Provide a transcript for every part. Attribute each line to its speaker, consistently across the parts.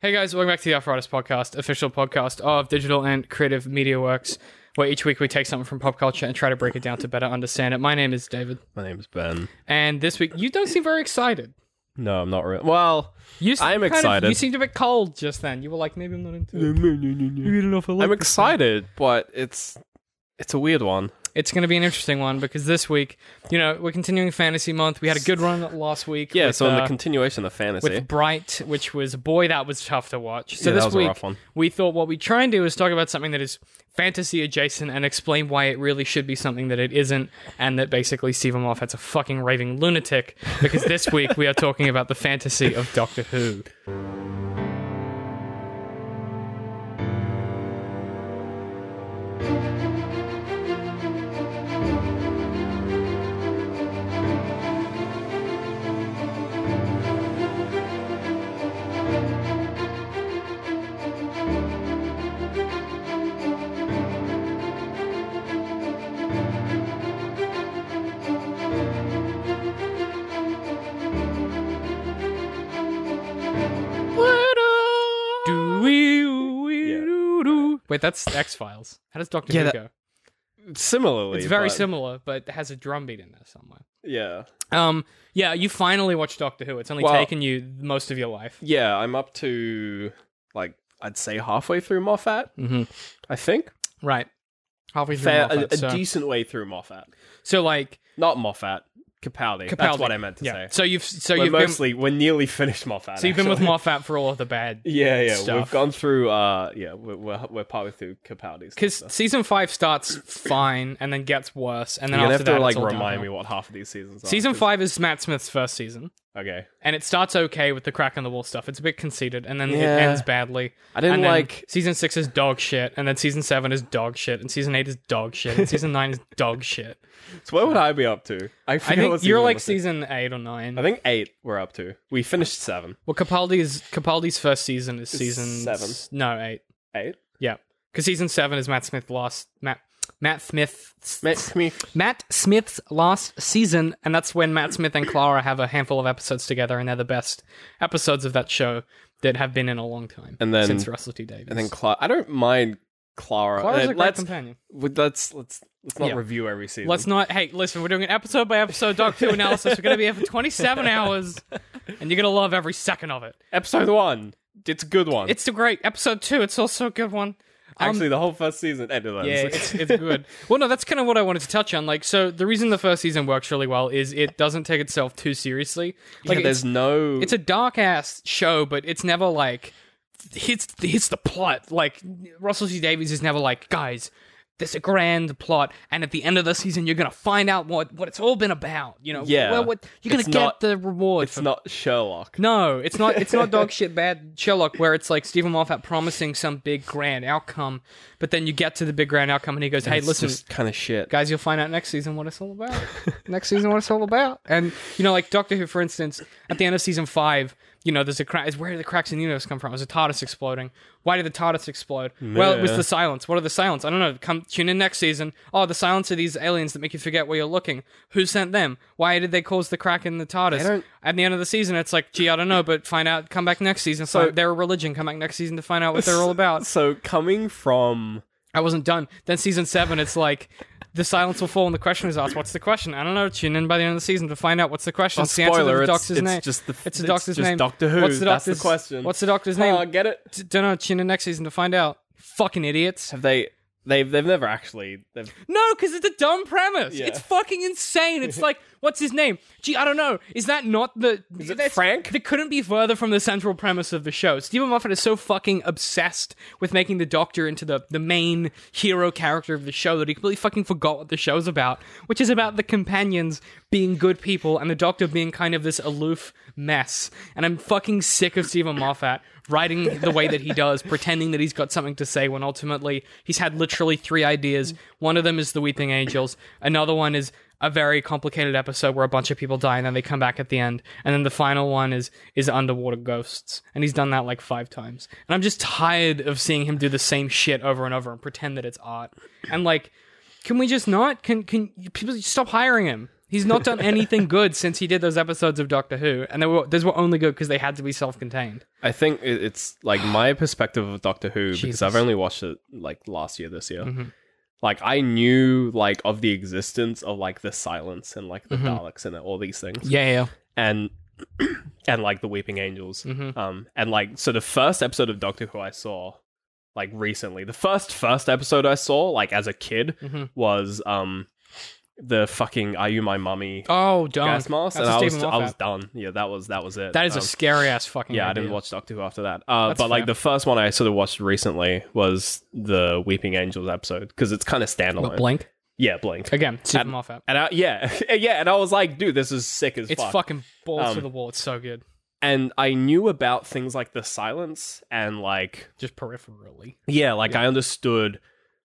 Speaker 1: Hey guys, welcome back to the Arthritis Podcast, official podcast of Digital and Creative Media Works, where each week we take something from pop culture and try to break it down to better understand it. My name is David,
Speaker 2: My name's Ben.
Speaker 1: and this week you don't seem very excited.
Speaker 2: No, I'm not real. Well,
Speaker 1: You seem
Speaker 2: I'm
Speaker 1: kind of-
Speaker 2: excited.
Speaker 1: you seemed a bit cold just then. You were like, maybe I'm not into it.
Speaker 2: I'm
Speaker 1: Maybe I don't know if I like this.
Speaker 2: excited, but it's it's a weird one.
Speaker 1: It's going to be an interesting one because this week, you know, we're continuing fantasy month. We had a good run last week.
Speaker 2: Yeah,
Speaker 1: with,
Speaker 2: so in the
Speaker 1: uh,
Speaker 2: continuation of fantasy,
Speaker 1: with Bright, which was boy, that was tough to watch. So
Speaker 2: Yeah, that
Speaker 1: this
Speaker 2: was a
Speaker 1: week
Speaker 2: rough one.
Speaker 1: we thought what we try and do is talk about something that is fantasy adjacent and explain why it really should be something that it isn't, and that basically Stephen Moffat's a fucking raving lunatic because this week we are talking about the fantasy of Doctor Who. Do we? we-
Speaker 2: Yeah.
Speaker 1: do- do. Wait, that's X Files. How does Doctor
Speaker 2: Yeah,
Speaker 1: Who
Speaker 2: that-
Speaker 1: go?
Speaker 2: similarly,
Speaker 1: It's very
Speaker 2: but-
Speaker 1: similar, but it has a drum beat in there somewhere.
Speaker 2: Yeah,
Speaker 1: Um, yeah, you finally watched Doctor Who. It's only
Speaker 2: Well-
Speaker 1: taken you most of your life.
Speaker 2: yeah. I'm up to like I'd say halfway through Moffat.
Speaker 1: Mm-hmm.
Speaker 2: I think
Speaker 1: Right. Halfway through.
Speaker 2: Fair,
Speaker 1: Moffat,
Speaker 2: a, a
Speaker 1: so.
Speaker 2: decent way through Moffat,
Speaker 1: so like
Speaker 2: not Moffat. Capaldi.
Speaker 1: Capaldi.
Speaker 2: That's what I meant to
Speaker 1: yeah.
Speaker 2: say.
Speaker 1: So you've so
Speaker 2: we're
Speaker 1: you've
Speaker 2: mostly we're nearly finished Moffat.
Speaker 1: been so you've been with
Speaker 2: actually.
Speaker 1: Moffat for all of the bad
Speaker 2: Yeah, yeah.
Speaker 1: stuff.
Speaker 2: We've gone through. Uh, yeah, we're we're, we're partway through Capaldi's.
Speaker 1: because season five starts fine and then gets worse and then
Speaker 2: You're gonna
Speaker 1: after
Speaker 2: have to
Speaker 1: that
Speaker 2: like
Speaker 1: it's all
Speaker 2: remind me
Speaker 1: downhill.
Speaker 2: what half of these seasons are.
Speaker 1: Season
Speaker 2: 'cause-
Speaker 1: five is Matt Smith's first season
Speaker 2: Okay.
Speaker 1: and it starts okay with the crack in the wall stuff. It's a bit conceited and then
Speaker 2: Yeah.
Speaker 1: it ends badly.
Speaker 2: I didn't
Speaker 1: and then
Speaker 2: like-
Speaker 1: season six is dog shit and then season seven is dog shit and season eight is dog shit and season nine is dog shit.
Speaker 2: So what would I be up to?
Speaker 1: I
Speaker 2: forget what
Speaker 1: think you're
Speaker 2: season
Speaker 1: like
Speaker 2: this is.
Speaker 1: season eight or nine.
Speaker 2: I think eight. We're up to. We finished seven.
Speaker 1: Well, Capaldi's Capaldi's first season is season
Speaker 2: seven.
Speaker 1: s- No, eight.
Speaker 2: Eight.
Speaker 1: Yeah, because season seven is Matt Smith last Matt Matt Smith
Speaker 2: me.
Speaker 1: Matt Smith's last season, and that's when Matt Smith and Clara have a handful of episodes together, and they're the best episodes of that show that have been in a long time.
Speaker 2: And then-
Speaker 1: since Russell T Davies,
Speaker 2: And then Clara. I don't mind Clara.
Speaker 1: Clara's
Speaker 2: Uh,
Speaker 1: a great
Speaker 2: let's,
Speaker 1: companion.
Speaker 2: w- let's let's let's not
Speaker 1: Yeah.
Speaker 2: review every season.
Speaker 1: Let's not. Hey, listen, we're doing an episode by episode Doctor Who analysis. We're going to be here for 27 hours, and you're going to love every second of it.
Speaker 2: Episode one. It's a good one.
Speaker 1: It's a great episode two. It's also a good one. Um,
Speaker 2: actually the whole first season. eh, no, no,
Speaker 1: Yeah,
Speaker 2: it's-
Speaker 1: it's, it's good. Well, no, that's kind of what I wanted to touch on. Like, so the reason the first season works really well is it doesn't take itself too seriously. Like,
Speaker 2: yeah,
Speaker 1: it's,
Speaker 2: there's no.
Speaker 1: it's a dark ass show, but it's never like hits hits the plot. Like Russell C Davies is never like, guys, there's a grand plot, and at the end of the season, you're gonna find out what what it's all been about. You know,
Speaker 2: Yeah.
Speaker 1: well, what you're gonna
Speaker 2: It's
Speaker 1: get
Speaker 2: not-
Speaker 1: the reward.
Speaker 2: it's
Speaker 1: for
Speaker 2: not Sherlock.
Speaker 1: no, it's not. It's not dog shit bad Sherlock, where it's like Stephen Moffat promising some big grand outcome, but then you get to the big grand outcome, and he goes, "Hey,
Speaker 2: it's
Speaker 1: listen,
Speaker 2: just kind of shit.
Speaker 1: guys, you'll find out next season what it's all about. next season, what it's all about." And you know, like Doctor Who, for instance, at the end of season five, you know, there's a crack. Is where did the cracks in the universe come from? It was the TARDIS exploding. Why did the TARDIS explode? Well, it was
Speaker 2: Yeah.
Speaker 1: the silence. What are the silence? I don't know. Come tune in next season. Oh, the silence are these aliens that make you forget where you're looking. Who sent them? Why did they cause the crack in the TARDIS?
Speaker 2: They don't-
Speaker 1: At the end of the season, it's like, gee, I don't know, but find out. Come back next season. So they're a religion. Come back next season to find out what they're all about.
Speaker 2: So coming from
Speaker 1: I wasn't done. Then season seven, it's like the silence will fall and the question is asked. What's the question? I don't know. Tune in by the end of the season to find out what's the question.
Speaker 2: Oh,
Speaker 1: It's the answer to
Speaker 2: spoiler,
Speaker 1: the
Speaker 2: it's-
Speaker 1: doctor's
Speaker 2: it's
Speaker 1: name.
Speaker 2: just the-
Speaker 1: it's the
Speaker 2: it's
Speaker 1: doctor's
Speaker 2: just
Speaker 1: name.
Speaker 2: Doctor Who,
Speaker 1: What's the
Speaker 2: that's
Speaker 1: doctor's
Speaker 2: the question.
Speaker 1: What's the doctor's name?
Speaker 2: oh, get it.
Speaker 1: D- don't know. Tune in next season to find out. Fucking idiots.
Speaker 2: Have they? They've they've never actually. They've
Speaker 1: No, because it's a dumb premise.
Speaker 2: Yeah.
Speaker 1: It's fucking insane. It's like, what's his name? Gee, I don't know. Is that not the? Is
Speaker 2: it Frank?
Speaker 1: That couldn't be further from the central premise of the show. Stephen Moffat is so fucking obsessed with making the Doctor into the the main hero character of the show that he completely fucking forgot what the show's about, which is about the companions being good people and the Doctor being kind of this aloof mess. And I'm fucking sick of Stephen Moffat writing the way that he does, pretending that he's got something to say when ultimately he's had literally three ideas. One of them is the Weeping Angels. Another one is a very complicated episode where a bunch of people die and then they come back at the end. And then the final one is is underwater ghosts. And he's done that like five times. And I'm just tired of seeing him do the same shit over and over and pretend that it's art. And like, can we just not? Can can people stop hiring him? He's not done anything good since he did those episodes of Doctor Who, and they were those were only good because they had to be self-contained.
Speaker 2: I think it- it's like my perspective of Doctor Who
Speaker 1: Jesus.
Speaker 2: because I've only watched it like last year, this year. Like I knew like of the existence of like the silence and like the Daleks and all these things,
Speaker 1: Yeah,
Speaker 2: and and like the Weeping Angels.
Speaker 1: yeah. Mm-hmm.
Speaker 2: Um, and like so the first episode of Doctor Who I saw like recently, the first first episode I saw like as a kid
Speaker 1: Mhm.
Speaker 2: was um the fucking Are You My Mummy
Speaker 1: Oh, don't.
Speaker 2: gas mask,
Speaker 1: That's
Speaker 2: and
Speaker 1: a
Speaker 2: I was
Speaker 1: Stephen
Speaker 2: I
Speaker 1: Moffat.
Speaker 2: was done. Yeah, that was that was it.
Speaker 1: That is a
Speaker 2: Um,
Speaker 1: scary ass fucking.
Speaker 2: yeah, I
Speaker 1: idea.
Speaker 2: didn't watch Doctor Who after that. Uh, but
Speaker 1: That's fair.
Speaker 2: like the first one I sort of watched recently was the Weeping Angels episode because it's kind of standalone.
Speaker 1: What, Blink
Speaker 2: yeah, Blink.
Speaker 1: again. Stephen Moffat.
Speaker 2: And I, yeah, yeah, and I was like, dude, this is sick as
Speaker 1: It's
Speaker 2: fuck.
Speaker 1: fucking balls to
Speaker 2: Um,
Speaker 1: the wall. It's so good,
Speaker 2: and I knew about things like the silence and like
Speaker 1: just peripherally.
Speaker 2: yeah, like I understood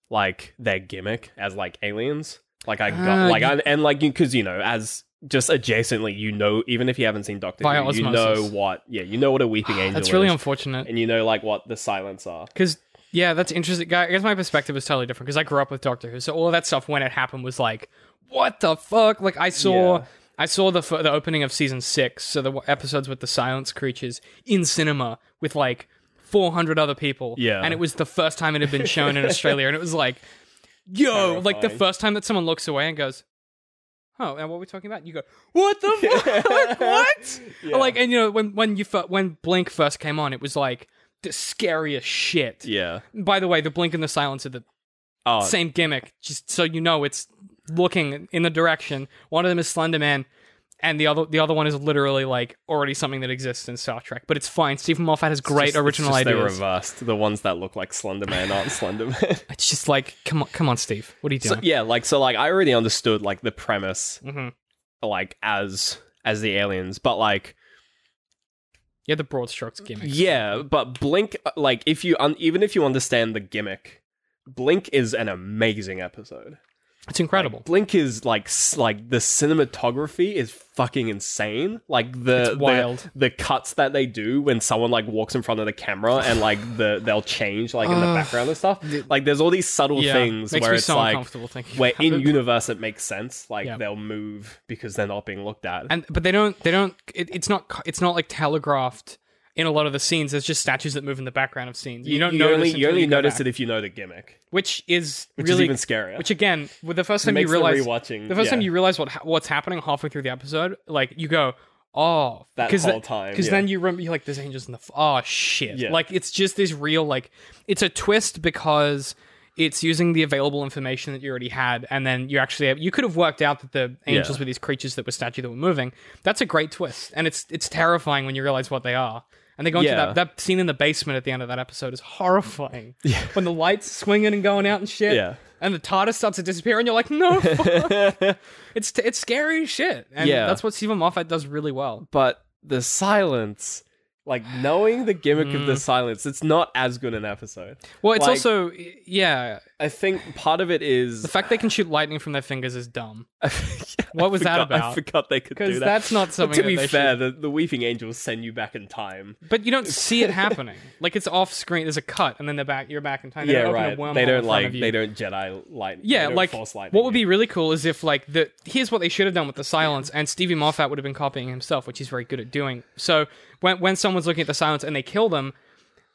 Speaker 2: like their gimmick as like aliens. Like I got
Speaker 1: Ah,
Speaker 2: like
Speaker 1: you-
Speaker 2: I and like you because you know as just adjacently you know even if you haven't seen Doctor
Speaker 1: Via
Speaker 2: Who you know
Speaker 1: osmosis. Ah,
Speaker 2: what yeah you know what a weeping angel
Speaker 1: That's really
Speaker 2: is
Speaker 1: unfortunate.
Speaker 2: and you know like what the silence are
Speaker 1: Because yeah, that's interesting. Guy, I guess my perspective is totally different because I grew up with Doctor Who, so all of that stuff when it happened was like, what the fuck? Like I saw.
Speaker 2: Yeah.
Speaker 1: I saw the f- the opening of season six, so the w- episodes with the silence creatures in cinema with like 400 other people.
Speaker 2: Yeah.
Speaker 1: and it was the first time it had been shown in Australia, and it was like, yo, like the
Speaker 2: Terrifying.
Speaker 1: first time that someone looks away and goes, oh, and what are we talking about? And you go, what the fuck? what?
Speaker 2: Yeah.
Speaker 1: Like, and you know when when you fir- when Blink first came on, it was like the scariest shit.
Speaker 2: yeah
Speaker 1: By the way, the blink and the silence are the
Speaker 2: oh
Speaker 1: same gimmick, just so you know it's looking in the direction. One of them is Slender Man, and the other the other one is literally like already something that exists in Star Trek. But it's fine. Stephen Moffat has great
Speaker 2: just- it's
Speaker 1: original
Speaker 2: just They
Speaker 1: ideas.
Speaker 2: reversed the ones that look like Slender Man aren't Slender Man.
Speaker 1: It's just like come on, come on, Steve. What are you
Speaker 2: so
Speaker 1: doing?
Speaker 2: yeah, like so, like I already understood like the premise,
Speaker 1: Mhm.
Speaker 2: like as as the aliens, but like
Speaker 1: yeah, the broad strokes gimmick.
Speaker 2: yeah, but Blink, uh, like if you un- even if you understand the gimmick, Blink is an amazing episode.
Speaker 1: It's incredible.
Speaker 2: Blink is like s- like the cinematography is fucking insane. Like the
Speaker 1: It's wild.
Speaker 2: the, the cuts that they do when someone like walks in front of the camera and like the they'll change like in the
Speaker 1: Ugh.
Speaker 2: background and stuff. Like there's all these subtle
Speaker 1: yeah,
Speaker 2: things
Speaker 1: makes
Speaker 2: where
Speaker 1: me
Speaker 2: it's
Speaker 1: so
Speaker 2: like
Speaker 1: uncomfortable thinking.
Speaker 2: where
Speaker 1: about
Speaker 2: in
Speaker 1: it.
Speaker 2: universe it makes sense. Like
Speaker 1: Yeah.
Speaker 2: they'll move because they're not being looked at.
Speaker 1: and but they don't they don't it, it's not co- it's not like telegraphed in a lot of the scenes there's just statues that move in the background of scenes you don't notice
Speaker 2: only
Speaker 1: until
Speaker 2: you only
Speaker 1: go
Speaker 2: notice
Speaker 1: back,
Speaker 2: it if you know the gimmick,
Speaker 1: which is
Speaker 2: which
Speaker 1: really
Speaker 2: is even scarier.
Speaker 1: which again with the first time
Speaker 2: makes
Speaker 1: you realize
Speaker 2: the rewatching
Speaker 1: the first
Speaker 2: yeah,
Speaker 1: time you realize what ha- what's happening halfway through the episode like you go oh
Speaker 2: that
Speaker 1: because
Speaker 2: whole time
Speaker 1: because
Speaker 2: yeah.
Speaker 1: then you remember you're like there's angels in the f- oh shit
Speaker 2: Yeah.
Speaker 1: like it's just this real like it's a twist because it's using the available information that you already had and then you actually have, you could have worked out that the angels
Speaker 2: Yeah.
Speaker 1: were these creatures that were statue that were moving that's a great twist and it's it's terrifying when you realize what they are and they go into
Speaker 2: Yeah.
Speaker 1: that, that scene in the basement at the end of that episode is horrifying when the lights swinging and going out and shit
Speaker 2: Yeah.
Speaker 1: and the TARDIS starts to disappear, and you're like, no, it's it's scary as shit, and
Speaker 2: Yeah.
Speaker 1: that's what Stephen Moffat does really well.
Speaker 2: but the silence, like knowing the gimmick of the
Speaker 1: Mm.
Speaker 2: silence, it's not as good an episode.
Speaker 1: Well, it's
Speaker 2: Like-
Speaker 1: also yeah,
Speaker 2: I think part of it is
Speaker 1: the fact they can shoot lightning from their fingers is dumb What was that
Speaker 2: forgot-
Speaker 1: about?
Speaker 2: I forgot they could do
Speaker 1: because
Speaker 2: that.
Speaker 1: that's not
Speaker 2: But
Speaker 1: something.
Speaker 2: to
Speaker 1: that
Speaker 2: be
Speaker 1: they
Speaker 2: fair,
Speaker 1: should-
Speaker 2: the, the weeping angels send you back in time.
Speaker 1: but you don't see it happening. like it's off screen. There's a cut, and then they're back. You're back in time. They
Speaker 2: yeah,
Speaker 1: don't open a
Speaker 2: right.
Speaker 1: wormhole
Speaker 2: They
Speaker 1: in
Speaker 2: don't
Speaker 1: front
Speaker 2: like
Speaker 1: of you.
Speaker 2: they don't Jedi light. they
Speaker 1: Yeah,
Speaker 2: don't
Speaker 1: like
Speaker 2: force light.
Speaker 1: what would be really cool is if like the here's what they should have done with the silence, and Stevie Moffat would have been copying himself, which he's very good at doing. So when when someone's looking at the silence and they kill them,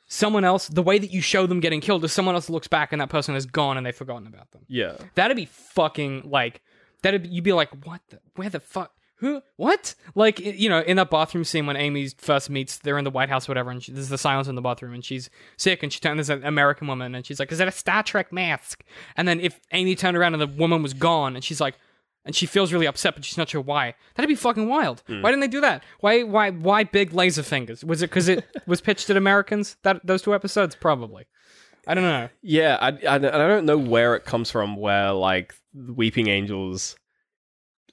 Speaker 1: someone else the way that you show them getting killed is someone else looks back and that person is gone and they've forgotten about them.
Speaker 2: yeah.
Speaker 1: That'd be fucking like that'd be, you'd be like what the where the fuck who what like i- you know in that bathroom scene when Amy first meets they're in the White House or whatever and she, there's the silence in the bathroom and she's sick and she turns there's an American woman and she's like is that a Star Trek mask and then if Amy turned around and the woman was gone and she's like and she feels really upset but she's not sure why that'd be fucking wild why didn't they do that why why why big laser fingers was it because it was pitched at Americans that those two episodes probably I don't know
Speaker 2: Yeah, I, I, and I don't know where it comes from. Where like Weeping Angels,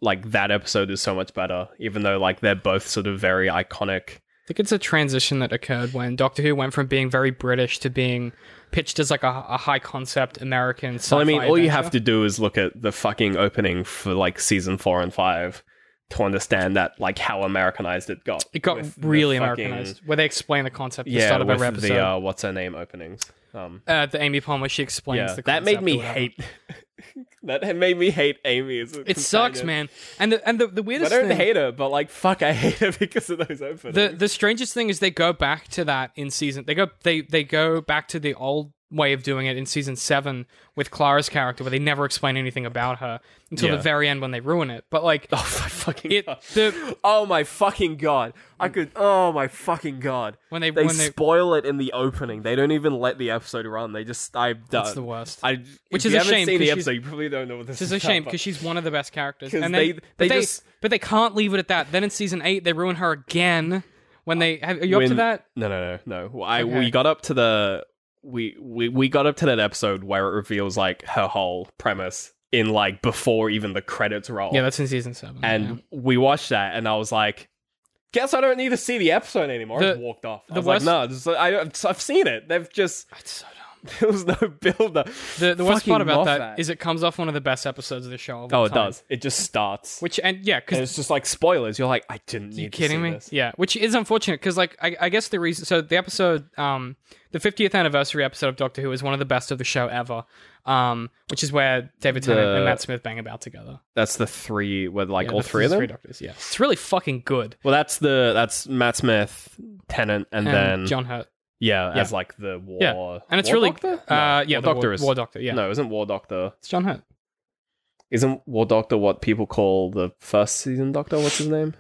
Speaker 2: like that episode is so much better, even though like they're both sort of very iconic.
Speaker 1: I think it's a transition that occurred when Doctor Who went from being very British to being pitched as like a, a high concept American.
Speaker 2: So I mean, all you have
Speaker 1: adventure.
Speaker 2: to do is look at the fucking opening for like season four and five to understand that like how Americanized it got.
Speaker 1: it got
Speaker 2: with the
Speaker 1: really
Speaker 2: fucking-
Speaker 1: Americanized, where they explain the concept at the
Speaker 2: Yeah,
Speaker 1: start of
Speaker 2: with
Speaker 1: every episode.
Speaker 2: the uh, what's her name openings. Um,
Speaker 1: uh, the Amy Palmer, she explains
Speaker 2: yeah,
Speaker 1: the
Speaker 2: that
Speaker 1: concept
Speaker 2: made
Speaker 1: or
Speaker 2: me
Speaker 1: whatever.
Speaker 2: hate That made me hate Amy. As a
Speaker 1: It sucks,
Speaker 2: companion.
Speaker 1: man. And the and the, the
Speaker 2: I
Speaker 1: weirdest
Speaker 2: don't
Speaker 1: thing,
Speaker 2: hate her, but like, fuck, I hate her because of those openings.
Speaker 1: the the strangest thing is they go back to that in season. They go they they go back to the old way of doing it in season seven with Clara's character, where they never explain anything about her until
Speaker 2: Yeah.
Speaker 1: the very end when they ruin it. But like
Speaker 2: oh my fucking
Speaker 1: it,
Speaker 2: god!
Speaker 1: the
Speaker 2: Oh my fucking god! I could. Oh my fucking god!
Speaker 1: when they
Speaker 2: They
Speaker 1: when they
Speaker 2: spoil it in the opening. They don't even let the episode run. They just I.
Speaker 1: that's the worst.
Speaker 2: I,
Speaker 1: Which is
Speaker 2: if you
Speaker 1: a
Speaker 2: haven't
Speaker 1: shame,
Speaker 2: Seen
Speaker 1: 'cause
Speaker 2: the
Speaker 1: she's-
Speaker 2: episode, you probably don't know what this
Speaker 1: Which is
Speaker 2: is.
Speaker 1: a shame
Speaker 2: about.
Speaker 1: because she's one of the best characters.
Speaker 2: 'Cause
Speaker 1: And
Speaker 2: they-
Speaker 1: then, but
Speaker 2: they
Speaker 1: they,
Speaker 2: just-
Speaker 1: but they can't leave it at that. Then in season eight, they ruin her again. When they have, are you up to
Speaker 2: When-
Speaker 1: that?
Speaker 2: No, no, no, no. I
Speaker 1: Okay.
Speaker 2: we got up to the we, we we got up to that episode where it reveals like her whole premise in like before even the credits roll.
Speaker 1: Yeah, that's in season seven. yeah.
Speaker 2: and we watched that, and I was like, "Guess I don't need to see the episode anymore." I
Speaker 1: The-
Speaker 2: just walked off. I
Speaker 1: the
Speaker 2: was like,
Speaker 1: worst-
Speaker 2: "No, this is- I, have seen it. They've just
Speaker 1: It's so dumb.
Speaker 2: there was no build up."
Speaker 1: The, the worst
Speaker 2: Fucking
Speaker 1: part about
Speaker 2: love
Speaker 1: that
Speaker 2: that.
Speaker 1: is it comes off one of the best episodes of the show. Of
Speaker 2: Oh,
Speaker 1: all
Speaker 2: it
Speaker 1: time.
Speaker 2: does. It just starts.
Speaker 1: Which and yeah, because
Speaker 2: and it's just like spoilers. You're like, I didn't need.
Speaker 1: you
Speaker 2: to
Speaker 1: kidding
Speaker 2: see
Speaker 1: me?
Speaker 2: this."
Speaker 1: Yeah, which is unfortunate because like I, I guess the reason so the episode um the 50th anniversary episode of Doctor Who is one of the best of the show ever, um which is where David Tennant
Speaker 2: The-
Speaker 1: and Matt Smith bang about together.
Speaker 2: That's the three with like
Speaker 1: Yeah,
Speaker 2: all
Speaker 1: the
Speaker 2: three of them.
Speaker 1: Three doctors, yeah. It's really fucking good.
Speaker 2: Well, that's the that's Matt Smith, Tennant, and,
Speaker 1: And
Speaker 2: then
Speaker 1: John Hurt.
Speaker 2: yeah,
Speaker 1: yeah.
Speaker 2: as like the war.
Speaker 1: Yeah. And it's
Speaker 2: War
Speaker 1: really
Speaker 2: Doctor?
Speaker 1: uh
Speaker 2: No,
Speaker 1: yeah,
Speaker 2: War
Speaker 1: the
Speaker 2: Doctor
Speaker 1: War,
Speaker 2: is
Speaker 1: War Doctor, yeah.
Speaker 2: no, isn't War Doctor?
Speaker 1: It's John Hurt.
Speaker 2: Isn't War Doctor what people call the first season Doctor? What's his name?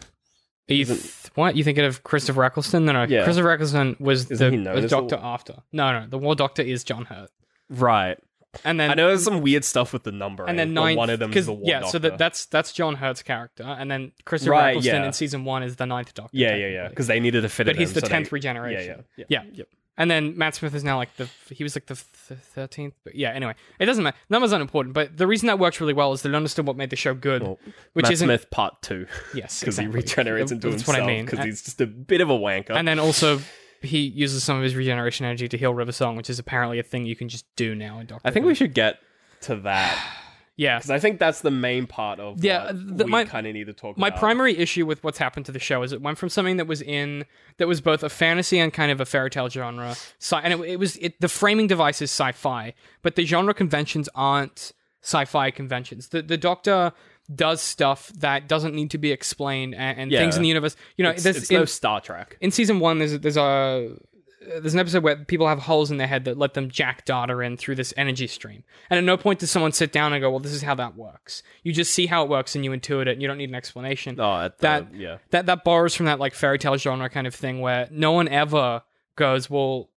Speaker 1: Are you th- what? You thinking of Christopher Eccleston? No, no.
Speaker 2: Yeah.
Speaker 1: Christopher Eccleston was
Speaker 2: Isn't
Speaker 1: the
Speaker 2: he known
Speaker 1: was
Speaker 2: as the-
Speaker 1: Doctor after. No, no. The War Doctor is John Hurt.
Speaker 2: Right.
Speaker 1: And then
Speaker 2: I know there's some weird stuff with the number.
Speaker 1: and then ninth,
Speaker 2: nine. One of them
Speaker 1: 'cause-
Speaker 2: is the War
Speaker 1: yeah.
Speaker 2: Doctor.
Speaker 1: So that that's that's John Hurt's character, and then Christopher
Speaker 2: Right,
Speaker 1: Eccleston
Speaker 2: yeah.
Speaker 1: in season one is the ninth Doctor.
Speaker 2: yeah, yeah, yeah.
Speaker 1: technically.
Speaker 2: Because they needed to fit
Speaker 1: But
Speaker 2: it.
Speaker 1: he's
Speaker 2: in,
Speaker 1: the
Speaker 2: so they-
Speaker 1: tenth
Speaker 2: Yeah,
Speaker 1: regeneration.
Speaker 2: yeah, yeah.
Speaker 1: Yeah.
Speaker 2: Yep.
Speaker 1: And then Matt Smith is now like the he was like the thirteenth. But yeah, anyway, it doesn't matter. Numbers aren't important. But the reason that works really well is they understood what made the show good,
Speaker 2: Well,
Speaker 1: which
Speaker 2: Matt
Speaker 1: isn't
Speaker 2: Smith Part Two
Speaker 1: yes
Speaker 2: because
Speaker 1: exactly.
Speaker 2: he regenerates into
Speaker 1: That's
Speaker 2: himself
Speaker 1: What I mean.
Speaker 2: because
Speaker 1: And-
Speaker 2: he's just a bit of a wanker.
Speaker 1: and then also he uses some of his regeneration energy to heal River Song, which is apparently a thing you can just do now in Doctor.
Speaker 2: I think we should get to that
Speaker 1: yeah.
Speaker 2: because I think that's the main part of
Speaker 1: Yeah,
Speaker 2: what
Speaker 1: the-
Speaker 2: we
Speaker 1: my-
Speaker 2: kind of need to talk.
Speaker 1: My
Speaker 2: about.
Speaker 1: primary issue with what's happened to the show is it went from something that was in that was both a fantasy and kind of a fairy tale genre, sci- and it, it was it, the framing device is sci-fi, but the genre conventions aren't sci-fi conventions. The the Doctor does stuff that doesn't need to be explained, and, and
Speaker 2: Yeah.
Speaker 1: things in the universe. You know,
Speaker 2: It's,
Speaker 1: there's
Speaker 2: it's
Speaker 1: in-
Speaker 2: no Star Trek.
Speaker 1: in season one there's there's a there's an episode where people have holes in their head that let them jack data in through this energy stream. And at no point does someone sit down and go, "Well, this is how that works." You just see how it works and you intuit it, and you don't need an explanation.
Speaker 2: Oh, at the-
Speaker 1: that
Speaker 2: yeah.
Speaker 1: that that borrows from that like fairy tale genre kind of thing where no one ever goes, "Well,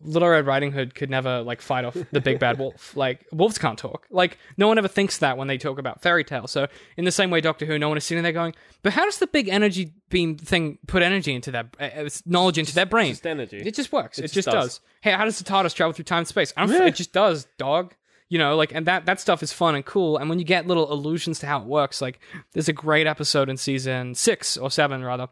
Speaker 1: Little Red Riding Hood could never like fight off the big bad wolf. Like wolves can't talk. Like no one ever thinks that when they talk about fairy tales. So in the same way, Doctor Who, no one is sitting there going, "But how does the big energy beam thing put energy into that uh, uh, knowledge into their brain?
Speaker 2: Just energy.
Speaker 1: It just works. It,
Speaker 2: just
Speaker 1: just
Speaker 2: does.
Speaker 1: does. Hey, how does the TARDIS travel through time and space? I don't. f-
Speaker 2: Yeah.
Speaker 1: It just does, dog. You know, like, and that that stuff is fun and cool. And when you get little allusions to how it works, like, there's a great episode in season six or seven, rather,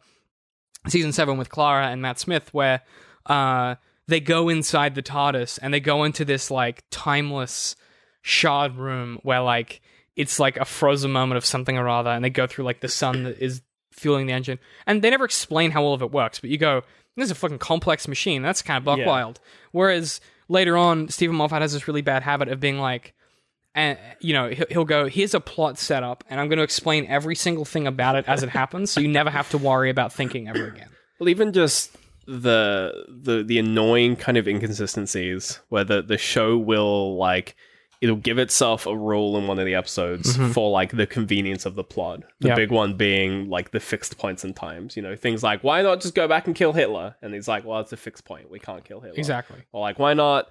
Speaker 1: season seven with Clara and Matt Smith, where uh, they go inside the TARDIS and they go into this like timeless shard room where like it's like a frozen moment of something or other, and they go through like the sun that is fueling the engine, and they never explain how all of it works, but you go, "This is a fucking complex machine." That's kind of buck
Speaker 2: Yeah.
Speaker 1: wild. Whereas later on, Stephen Moffat has this really bad habit of being like, and you know he'll he'll go here's a plot setup and i'm going to explain every single thing about it as it happens so you never have to worry about thinking ever again
Speaker 2: Well, even just the the the annoying kind of inconsistencies where the, the show will like it'll give itself a rule in one of the episodes for like the convenience of the plot. The
Speaker 1: Mm-hmm. Yeah.
Speaker 2: big one being like the fixed points and times. You know, things like why not just go back and kill Hitler? And he's like, well, it's a fixed point. We can't kill Hitler.
Speaker 1: exactly
Speaker 2: Or like, why not?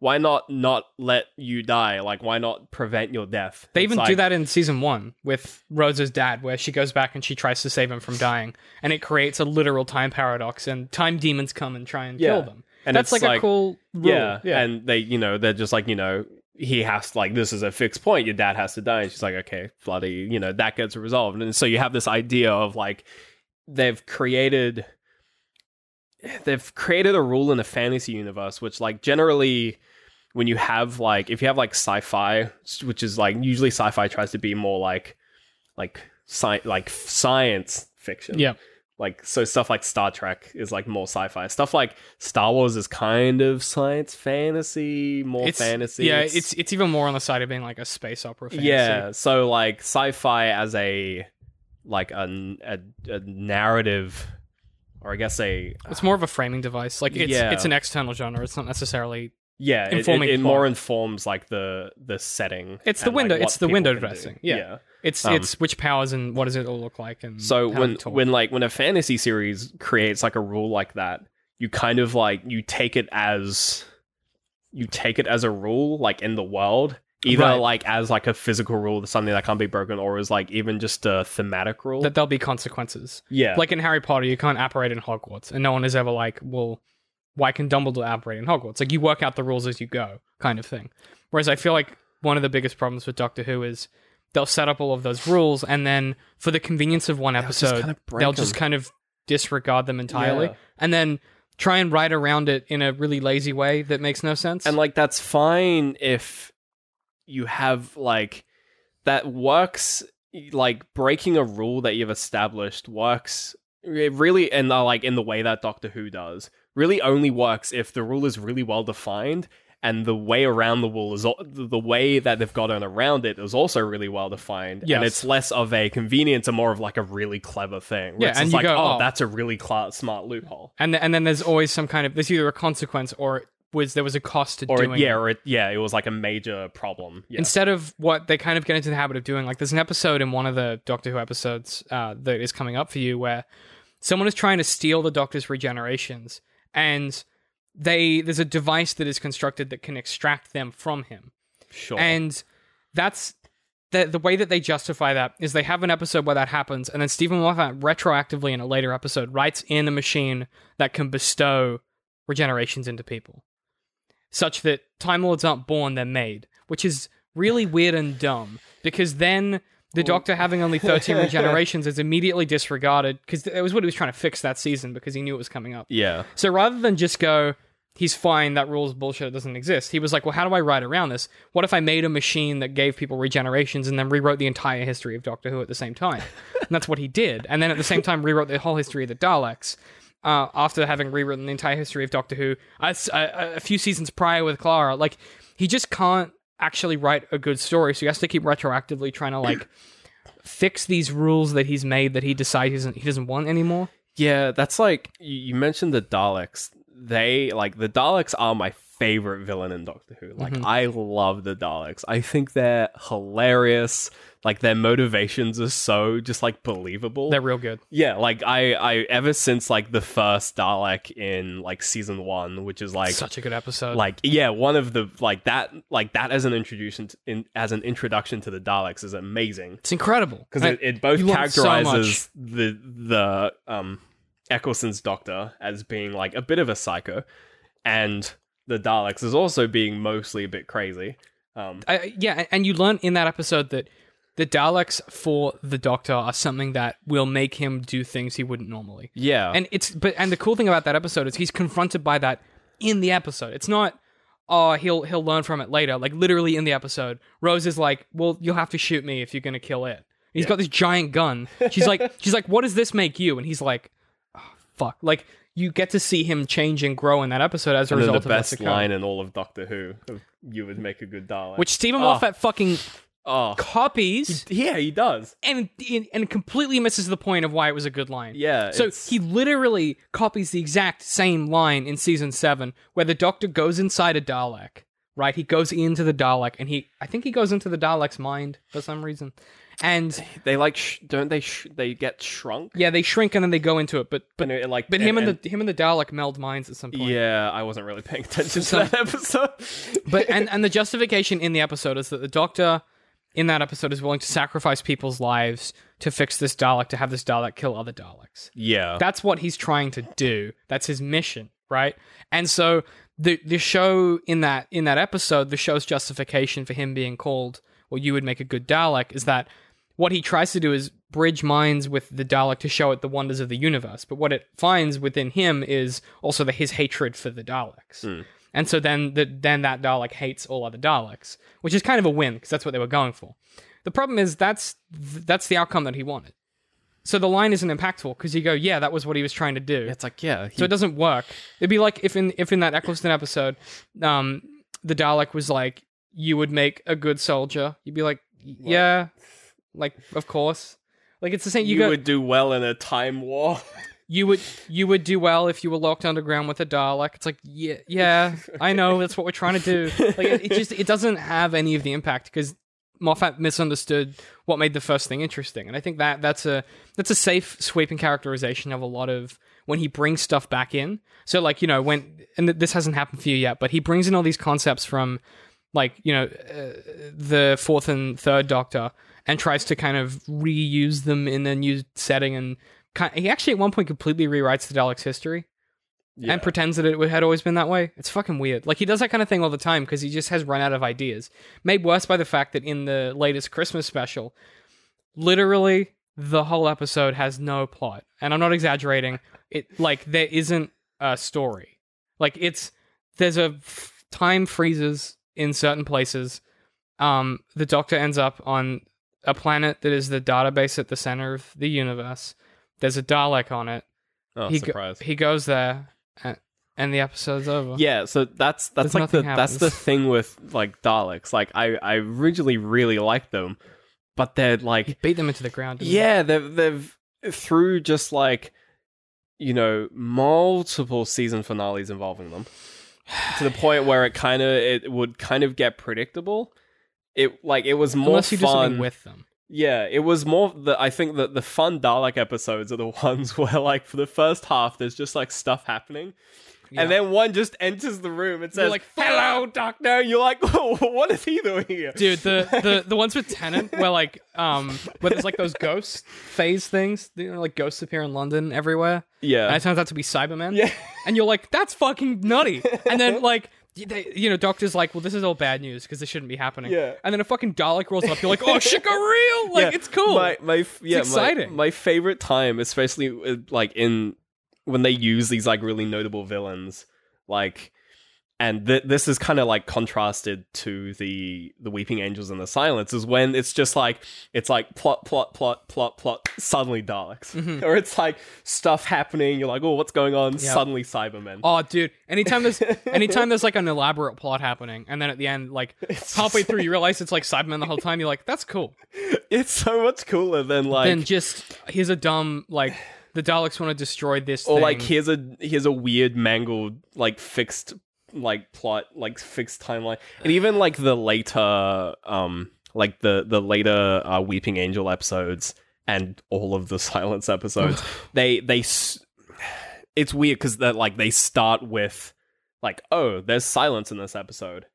Speaker 2: Why not not let you die? Like, why not prevent your death?
Speaker 1: they
Speaker 2: It's
Speaker 1: even do
Speaker 2: like-
Speaker 1: that in season one with rose's dad where she goes back and she tries to save him from dying and it creates a literal time paradox and time demons come and try and
Speaker 2: Yeah.
Speaker 1: kill them and
Speaker 2: And it's
Speaker 1: that's like,
Speaker 2: like-
Speaker 1: a cool rule.
Speaker 2: Yeah, And they, you know, they're just like, you know, he has like this is a fixed point. Your dad has to die, and she's like, okay, bloody, you know, that gets resolved. And so you have this idea of like they've created they've created a rule in a fantasy universe, which like generally when you have like if you have like sci-fi, which is like usually sci-fi tries to be more like like sci- like science fiction
Speaker 1: yeah
Speaker 2: Like so stuff like Star Trek is like more sci-fi. Stuff like Star Wars is kind of science fantasy, more
Speaker 1: it's,
Speaker 2: fantasy.
Speaker 1: Yeah, it's, it's even more on the side of being like a space opera. Fantasy.
Speaker 2: yeah. So like sci-fi as a like a, a, a narrative or I guess a
Speaker 1: it's more of a framing device. Like it's
Speaker 2: Yeah.
Speaker 1: it's an external genre. It's not necessarily.
Speaker 2: yeah, it- it,
Speaker 1: informing
Speaker 2: it, more
Speaker 1: plot.
Speaker 2: informs like the the setting.
Speaker 1: It's the
Speaker 2: and, like,
Speaker 1: window-
Speaker 2: what
Speaker 1: it's the
Speaker 2: people
Speaker 1: window
Speaker 2: can do.
Speaker 1: dressing, yeah.
Speaker 2: yeah.
Speaker 1: It's
Speaker 2: Um,
Speaker 1: it's which powers and what does it all look like and
Speaker 2: So
Speaker 1: how
Speaker 2: when
Speaker 1: it talks.
Speaker 2: when like when a fantasy series creates like a rule like that, you kind of like you take it as you take it as a rule like in the world, either
Speaker 1: Right.
Speaker 2: like as like a physical rule, something that can't be broken, or as like even just a thematic rule.
Speaker 1: that there'll be consequences.
Speaker 2: yeah,
Speaker 1: Like in Harry Potter, you can't operate in Hogwarts, and no one is ever like, well, why can Dumbledore operate in Hogwarts? Like you work out the rules as you go, kind of thing. Whereas I feel like one of the biggest problems with Doctor Who is they'll set up all of those rules, and then for the convenience of one
Speaker 2: just
Speaker 1: episode,
Speaker 2: kind of break
Speaker 1: they'll
Speaker 2: 'em.
Speaker 1: just kind of disregard them entirely,
Speaker 2: Yeah.
Speaker 1: and then try and write around it in a really lazy way that makes no sense.
Speaker 2: and like that's fine if you have like that works. Like breaking a rule that you've established works it really, and uh, like in the way that Doctor Who does, really only works if the rule is really well defined. And the way around the rule is al- the way that they've gotten around it is also really well defined.
Speaker 1: Yes.
Speaker 2: And it's less of a convenience and more of like a really clever thing. where
Speaker 1: Yeah,
Speaker 2: it's
Speaker 1: and
Speaker 2: just
Speaker 1: you go,
Speaker 2: like, oh,
Speaker 1: oh."
Speaker 2: that's a really cla- smart loophole.
Speaker 1: and and then there's always some kind of there's either a consequence or it was there was a cost to
Speaker 2: Or,
Speaker 1: doing
Speaker 2: it, yeah, or it, yeah, it was like a major problem. Yeah.
Speaker 1: instead of what they kind of get into the habit of doing like there's an episode in one of the doctor who episodes uh, that is coming up for you where someone is trying to steal the doctor's regenerations and they there's a device that is constructed that can extract them from him
Speaker 2: Sure.
Speaker 1: and that's the, the way that they justify that is they have an episode where that happens and then stephen moffat retroactively in a later episode writes in a machine that can bestow regenerations into people such that time lords aren't born they're made which is really weird and dumb because then the doctor having only 13 regenerations is immediately disregarded because that was what he was trying to fix that season because he knew it was coming up
Speaker 2: yeah.
Speaker 1: so rather than just go, he's fine, that rule's bullshit, it doesn't exist, he was like, well, how do I ride around this? What if I made a machine that gave people regenerations and then rewrote the entire history of Doctor Who at the same time? and that's what he did. And then at the same time, rewrote the whole history of the Daleks. Uh, after having rewritten the entire history of Doctor Who a, a, a few seasons prior with Clara, like he just can't actually write a good story, so he has to keep retroactively trying to like fix these rules that he's made that he decides he doesn't, he doesn't want anymore.
Speaker 2: Yeah, that's like you you mentioned the Daleks. They like the Daleks are my favorite villain in Doctor Who. Like I love the Daleks. I think they're hilarious. Like their motivations are so just like believable.
Speaker 1: They're real good.
Speaker 2: yeah, like I I ever since like the first Dalek in like season 1, which is like
Speaker 1: Such a good episode.
Speaker 2: like yeah one of the like that like that as an introduction to, in, as an introduction to the daleks is amazing
Speaker 1: It's incredible
Speaker 2: because
Speaker 1: I-
Speaker 2: it, it both
Speaker 1: you learn so
Speaker 2: characterizes the the um Eccleston's doctor as being like a bit of a psycho, and the Daleks as also being mostly a bit crazy. Um,
Speaker 1: I, yeah, and you learn in that episode that the Daleks for the Doctor are something that will make him do things he wouldn't normally.
Speaker 2: yeah,
Speaker 1: And it's but and the cool thing about that episode is he's confronted by that in the episode. It's not oh he'll he'll learn from it later. Like literally in the episode, Rose is like, "Well, you'll have to shoot me if you're going to kill it." He's got this giant gun. She's like she's like, "What does this make you?" And he's like, oh, "Fuck." Like you get to see him change and grow in that episode as a
Speaker 2: and then
Speaker 1: result
Speaker 2: the
Speaker 1: of
Speaker 2: best
Speaker 1: Asuka.
Speaker 2: line in all of Doctor Who: of, "You would make a good Dalek."
Speaker 1: Which Stephen Moffat fucking
Speaker 2: oh
Speaker 1: copies
Speaker 2: yeah, he does.
Speaker 1: and and completely misses the point of why it was a good line.
Speaker 2: Yeah,
Speaker 1: So
Speaker 2: it's-
Speaker 1: he literally copies the exact same line in season seven, where the Doctor goes inside a Dalek. Right, he goes into the Dalek, and he I think he goes into the Dalek's mind for some reason, and
Speaker 2: They like sh- don't they? Sh- they get shrunk.
Speaker 1: yeah, they shrink and then they go into it. But but
Speaker 2: And it, like,
Speaker 1: but him and, the him and the Dalek meld minds at some point.
Speaker 2: yeah, I wasn't really paying attention to
Speaker 1: Some-
Speaker 2: that episode.
Speaker 1: but and and the justification in the episode is that the doctor in that episode is willing to sacrifice people's lives to fix this dalek to have this dalek kill other daleks
Speaker 2: yeah,
Speaker 1: that's what he's trying to do that's his mission right and so the the show in that in that episode the show's justification for him being called well you would make a good dalek is that what he tries to do is bridge minds with the dalek to show it the wonders of the universe but what it finds within him is also the, his hatred for the daleks and so then the, then that dalek hates all other daleks which is kind of a win because that's what they were going for the problem is that's that's the outcome that he wanted So the line isn't impactful because you go, yeah, that was what he was trying to do.
Speaker 2: It's like yeah, he,
Speaker 1: So it doesn't work. It'd be like if in if in that Eccleston episode, um, the Dalek was like, "You would make a good soldier." You'd be like, "Yeah, like of course." Like it's the same. You,
Speaker 2: you
Speaker 1: go,
Speaker 2: would do well in a time war.
Speaker 1: you would you would do well if you were locked underground with a Dalek. It's like yeah, yeah, I know that's what we're trying to do. Like it, it just it doesn't have any of the impact because Moffat misunderstood what made the first thing interesting, and I think that that's a that's a safe sweeping characterization of a lot of when he brings stuff back in. So like you know when and th- this hasn't happened for you yet, but he brings in all these concepts from like you know uh, the fourth and third Doctor and tries to kind of reuse them in a new setting and kind he actually at one point completely rewrites the Daleks' history
Speaker 2: Yeah.
Speaker 1: and pretends that it had always been that way. It's fucking weird. Like he does that kind of thing all the time because he just has run out of ideas. Made worse by the fact that in the latest Christmas special, literally the whole episode has no plot, and I'm not exaggerating. It like there isn't a story. Like it's there's a f- time freezes in certain places. Um, the Doctor ends up on a planet that is the database at the center of the universe. There's a Dalek on it
Speaker 2: oh,
Speaker 1: he go-
Speaker 2: surprise.
Speaker 1: he goes there and, and the episode's over.
Speaker 2: yeah, so that's that's
Speaker 1: There's
Speaker 2: like the
Speaker 1: nothing
Speaker 2: that's the
Speaker 1: happens.
Speaker 2: thing with like Daleks. Like I I originally really liked them, but they're like
Speaker 1: He beat them into the ground. didn't he?
Speaker 2: Yeah, they've they've through just like you know multiple season finales involving them to the point where it kind of it would kind of get predictable. It like it was more
Speaker 1: Unless you do
Speaker 2: fun
Speaker 1: something with them.
Speaker 2: yeah, it was more the I think that the fun Dalek episodes are the ones where like for the first half there's just like stuff happening.
Speaker 1: Yeah.
Speaker 2: And then one just enters the room and
Speaker 1: You're
Speaker 2: says,
Speaker 1: like, "Fuck."
Speaker 2: "Hello, Doctor." And you're like, "What is he doing here?"
Speaker 1: Dude, the, the, the ones with Tenant where like um where there's like those ghost phase things, you know, like ghosts appear in London everywhere. And
Speaker 2: Yeah,
Speaker 1: it turns out to be Cybermen.
Speaker 2: Yeah.
Speaker 1: And you're like, that's fucking nutty. And then like they, you know, doctor's like, well, this is all bad news because this shouldn't be happening.
Speaker 2: Yeah.
Speaker 1: And then a fucking Dalek rolls up. You're like, oh, shit, got real. Like,
Speaker 2: Yeah,
Speaker 1: it's cool.
Speaker 2: My my f- yeah, my-
Speaker 1: exciting.
Speaker 2: My, favorite time, especially uh, like in when they use these like really notable villains, like, and th- this is kind of like contrasted to the the Weeping Angels and the Silence, is when it's just like it's like plot plot plot plot plot suddenly Daleks,
Speaker 1: Mm-hmm.
Speaker 2: or it's like stuff happening. You're like, oh, what's going on? Suddenly Cybermen.
Speaker 1: Oh, dude! Anytime there's anytime there's like an elaborate plot happening, and then at the end, like halfway through, you realize it's like Cybermen the whole time. You're like, that's cool.
Speaker 2: It's so much cooler than like.
Speaker 1: Then just here's a dumb like the Daleks want to destroy this.
Speaker 2: or
Speaker 1: thing.
Speaker 2: like here's a here's a weird mangled like fixed like plot like fixed timeline and even like the later um like the the later uh, weeping angel episodes and all of the silence episodes they they s- it's weird because that like they start with like oh there's silence in this episode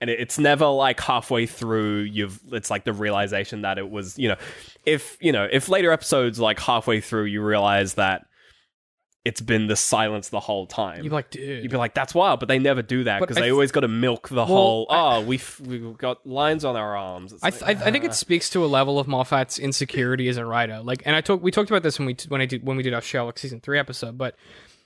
Speaker 2: and it- it's never like halfway through you've it's like the realization that it was you know if you know if later episodes like halfway through you realize that it's been the silence the whole time
Speaker 1: you'd be like, dude,
Speaker 2: You'd be like, that's wild, but they never do that
Speaker 1: But
Speaker 2: because
Speaker 1: I
Speaker 2: they
Speaker 1: th-
Speaker 2: always got to milk the whole.
Speaker 1: I-
Speaker 2: Oh, we've we've got lines on our arms. It's
Speaker 1: I,
Speaker 2: like, "Ah."
Speaker 1: th- I, I think it speaks to a level of Moffat's insecurity as a writer. Like, and I talked we talked about this when we t- when I did when we did our Sherlock season three episode, but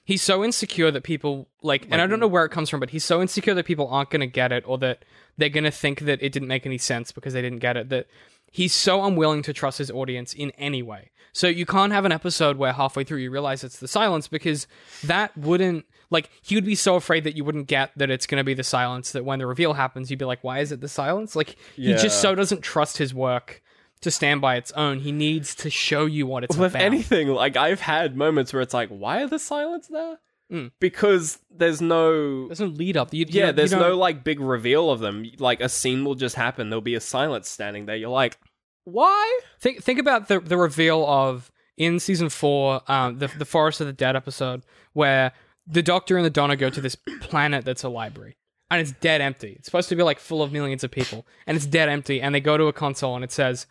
Speaker 1: he's so insecure that people like, and I don't know where it comes from, but he's so insecure that people aren't going to get it or that they're going to think that it didn't make any sense because they didn't get it. That he's so unwilling to trust his audience in any way. So you can't have an episode where halfway through you realize it's the silence because that wouldn't like he would be so afraid that you wouldn't get that it's going to be the silence that when the reveal happens you'd be like why is it the silence like he
Speaker 2: Yeah.
Speaker 1: just so doesn't trust his work to stand by its own he needs to show you what it's
Speaker 2: Well, if
Speaker 1: about
Speaker 2: anything, like I've had moments where it's like, why are the silence there?
Speaker 1: Mm.
Speaker 2: Because there's no.
Speaker 1: there's no lead up you, you
Speaker 2: yeah,
Speaker 1: don't- you
Speaker 2: there's
Speaker 1: don't-
Speaker 2: no like big reveal of them. Like a scene will just happen. There'll be a silence standing there. You're like, why?
Speaker 1: Think think about the the reveal of in season four, um, the the Forest of the Dead episode, where the Doctor and the Donna go to this planet that's a library, and it's dead empty. It's supposed to be like full of millions of people, and it's dead empty. And they go to a console, and it says,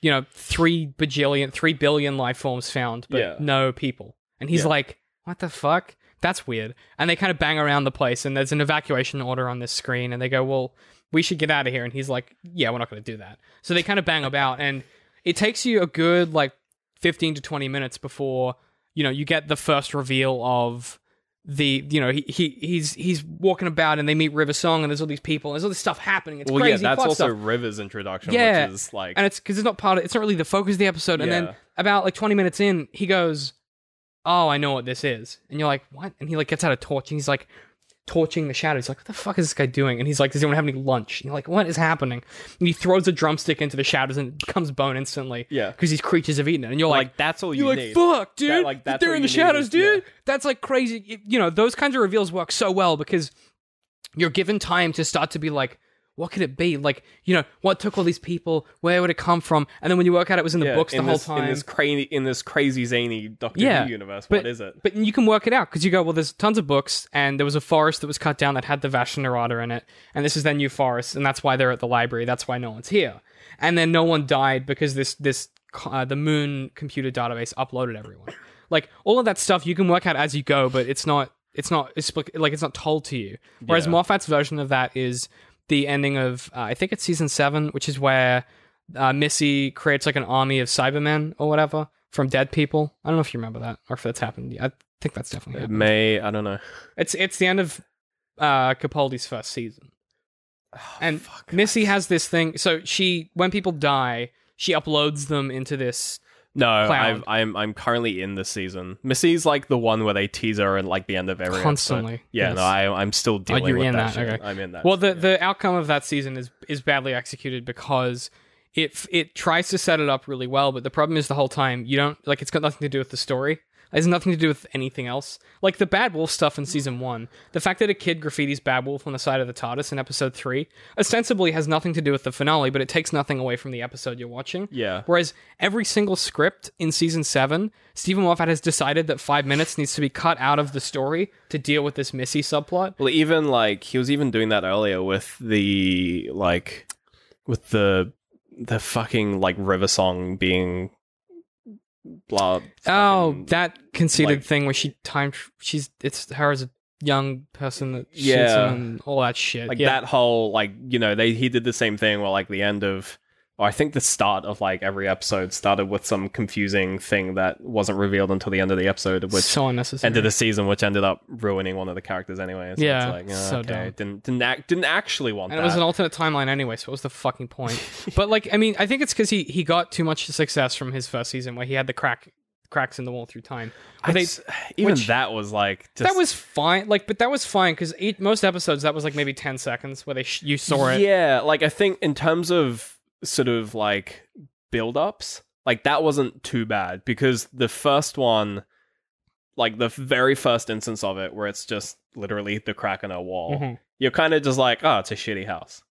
Speaker 1: you know, three bajillion, three billion life forms found, but
Speaker 2: Yeah.
Speaker 1: no people. And he's
Speaker 2: Yeah.
Speaker 1: like, what the fuck? That's weird. And they kind of bang around the place, and there's an evacuation order on this screen, and they go, well, we should get out of here. And he's like, yeah, we're not going to do that. So they kind of bang about, and it takes you a good like 15 to 20 minutes before you know you get the first reveal of the you know he, he he's he's walking about and they meet River Song and there's all these people and there's all this stuff happening. It's
Speaker 2: well, yeah,
Speaker 1: crazy.
Speaker 2: that's
Speaker 1: plot
Speaker 2: also
Speaker 1: stuff.
Speaker 2: River's introduction,
Speaker 1: Yeah,
Speaker 2: which is like
Speaker 1: and it's because it's not part of it's not really the focus of the episode. And
Speaker 2: Yeah.
Speaker 1: then about like twenty minutes in, he goes, "Oh, I know what this is," and you're like, "What?" And he like gets out a torch and he's like torching the shadow. He's like, "What the fuck is this guy doing?" And he's like, "Does anyone have any lunch?" And you're like, "What is happening?" And he throws a drumstick into the shadows and it becomes bone instantly.
Speaker 2: Yeah.
Speaker 1: because these creatures have eaten it, and you're
Speaker 2: like,
Speaker 1: like.
Speaker 2: that's all you
Speaker 1: you're like
Speaker 2: need.
Speaker 1: fuck, dude.
Speaker 2: That- like, that's
Speaker 1: They're
Speaker 2: what
Speaker 1: in
Speaker 2: you
Speaker 1: the shadows,
Speaker 2: need is-
Speaker 1: dude. That's like crazy. It- You know, those kinds of reveals work so well because you're given time to start to be like, what could it be? Like, you know, what took all these people? Where would it come from? And then when you work out, it was in the
Speaker 2: Yeah,
Speaker 1: books the
Speaker 2: in
Speaker 1: whole
Speaker 2: this,
Speaker 1: time.
Speaker 2: in this crazy in this crazy zany Doctor
Speaker 1: Yeah,
Speaker 2: Who universe.
Speaker 1: but,
Speaker 2: what is it?
Speaker 1: But you can work it out because you go, well, there's tons of books, and there was a forest that was cut down that had the Vashnarada in it, and this is their new forest, and that's why they're at the library. That's why no one's here. And then no one died because this this uh, the moon computer database uploaded everyone. Like all of that stuff, you can work out as you go, but it's not it's not explic- like it's not told to you. Whereas
Speaker 2: Yeah.
Speaker 1: Moffat's version of that is the ending of uh, I think it's season seven, which is where uh, Missy creates like an army of Cybermen or whatever from dead people. I don't know if you remember that or if that's happened. I think that's definitely happened.
Speaker 2: May I don't know.
Speaker 1: It's it's the end of uh, Capaldi's first season,
Speaker 2: Oh,
Speaker 1: and Missy has this thing. So she, when people die, she uploads them into this.
Speaker 2: No, I've,
Speaker 1: Cloud.
Speaker 2: I'm I'm currently in this season. Missy's like the one where they tease her at like the end of every episode.
Speaker 1: Constantly,
Speaker 2: Yeah,
Speaker 1: yes.
Speaker 2: no, I, I'm still dealing
Speaker 1: you're
Speaker 2: with
Speaker 1: in that,
Speaker 2: that. shit.
Speaker 1: okay.
Speaker 2: I'm Oh, in that.
Speaker 1: Well,
Speaker 2: shit,
Speaker 1: the
Speaker 2: yeah.
Speaker 1: the outcome of that season is is badly executed because. It, it tries to set it up really well, but the problem is the whole time you don't like it's got nothing to do with the story. It has nothing to do with anything else. Like the Bad Wolf stuff in season one, the fact that a kid graffitis Bad Wolf on the side of the TARDIS in episode three ostensibly has nothing to do with the finale, but it takes nothing away from the episode you're watching.
Speaker 2: yeah.
Speaker 1: Whereas every single script in season seven, Stephen Moffat has decided that five minutes needs to be cut out of the story to deal with this Missy subplot.
Speaker 2: Well, even like he was even doing that earlier with the like with the the fucking like river song being blah.
Speaker 1: Oh,
Speaker 2: fucking-
Speaker 1: that conceited
Speaker 2: like-
Speaker 1: thing where she time tr- she's it's her as a young person that shoots
Speaker 2: Yeah.
Speaker 1: him and all that shit.
Speaker 2: like
Speaker 1: yeah.
Speaker 2: that whole like you know they he did the same thing where like the end of or I think the start of like every episode started with some confusing thing that wasn't revealed until the end of the episode, which
Speaker 1: so unnecessary.
Speaker 2: end of the season, which ended up ruining one of the characters anyway. So
Speaker 1: Yeah,
Speaker 2: it's like, oh,
Speaker 1: so
Speaker 2: okay,
Speaker 1: dumb.
Speaker 2: didn't didn't act, didn't actually want
Speaker 1: and
Speaker 2: that.
Speaker 1: it was an alternate timeline anyway, so what was the fucking point? but like, I mean, I think it's because he he got too much success from his first season where he had the crack cracks in the wall through time.
Speaker 2: I
Speaker 1: Where they-
Speaker 2: just- even
Speaker 1: which-
Speaker 2: that was like just,
Speaker 1: that was fine, like, but that was fine because most episodes that was like maybe ten seconds where they sh- you saw it.
Speaker 2: Yeah, like I think in terms of sort of like build ups, like that wasn't too bad because the first one, like the very first instance of it, where it's just literally the crack in a wall,
Speaker 1: Mhm.
Speaker 2: you're kind of just like, oh, it's a shitty house.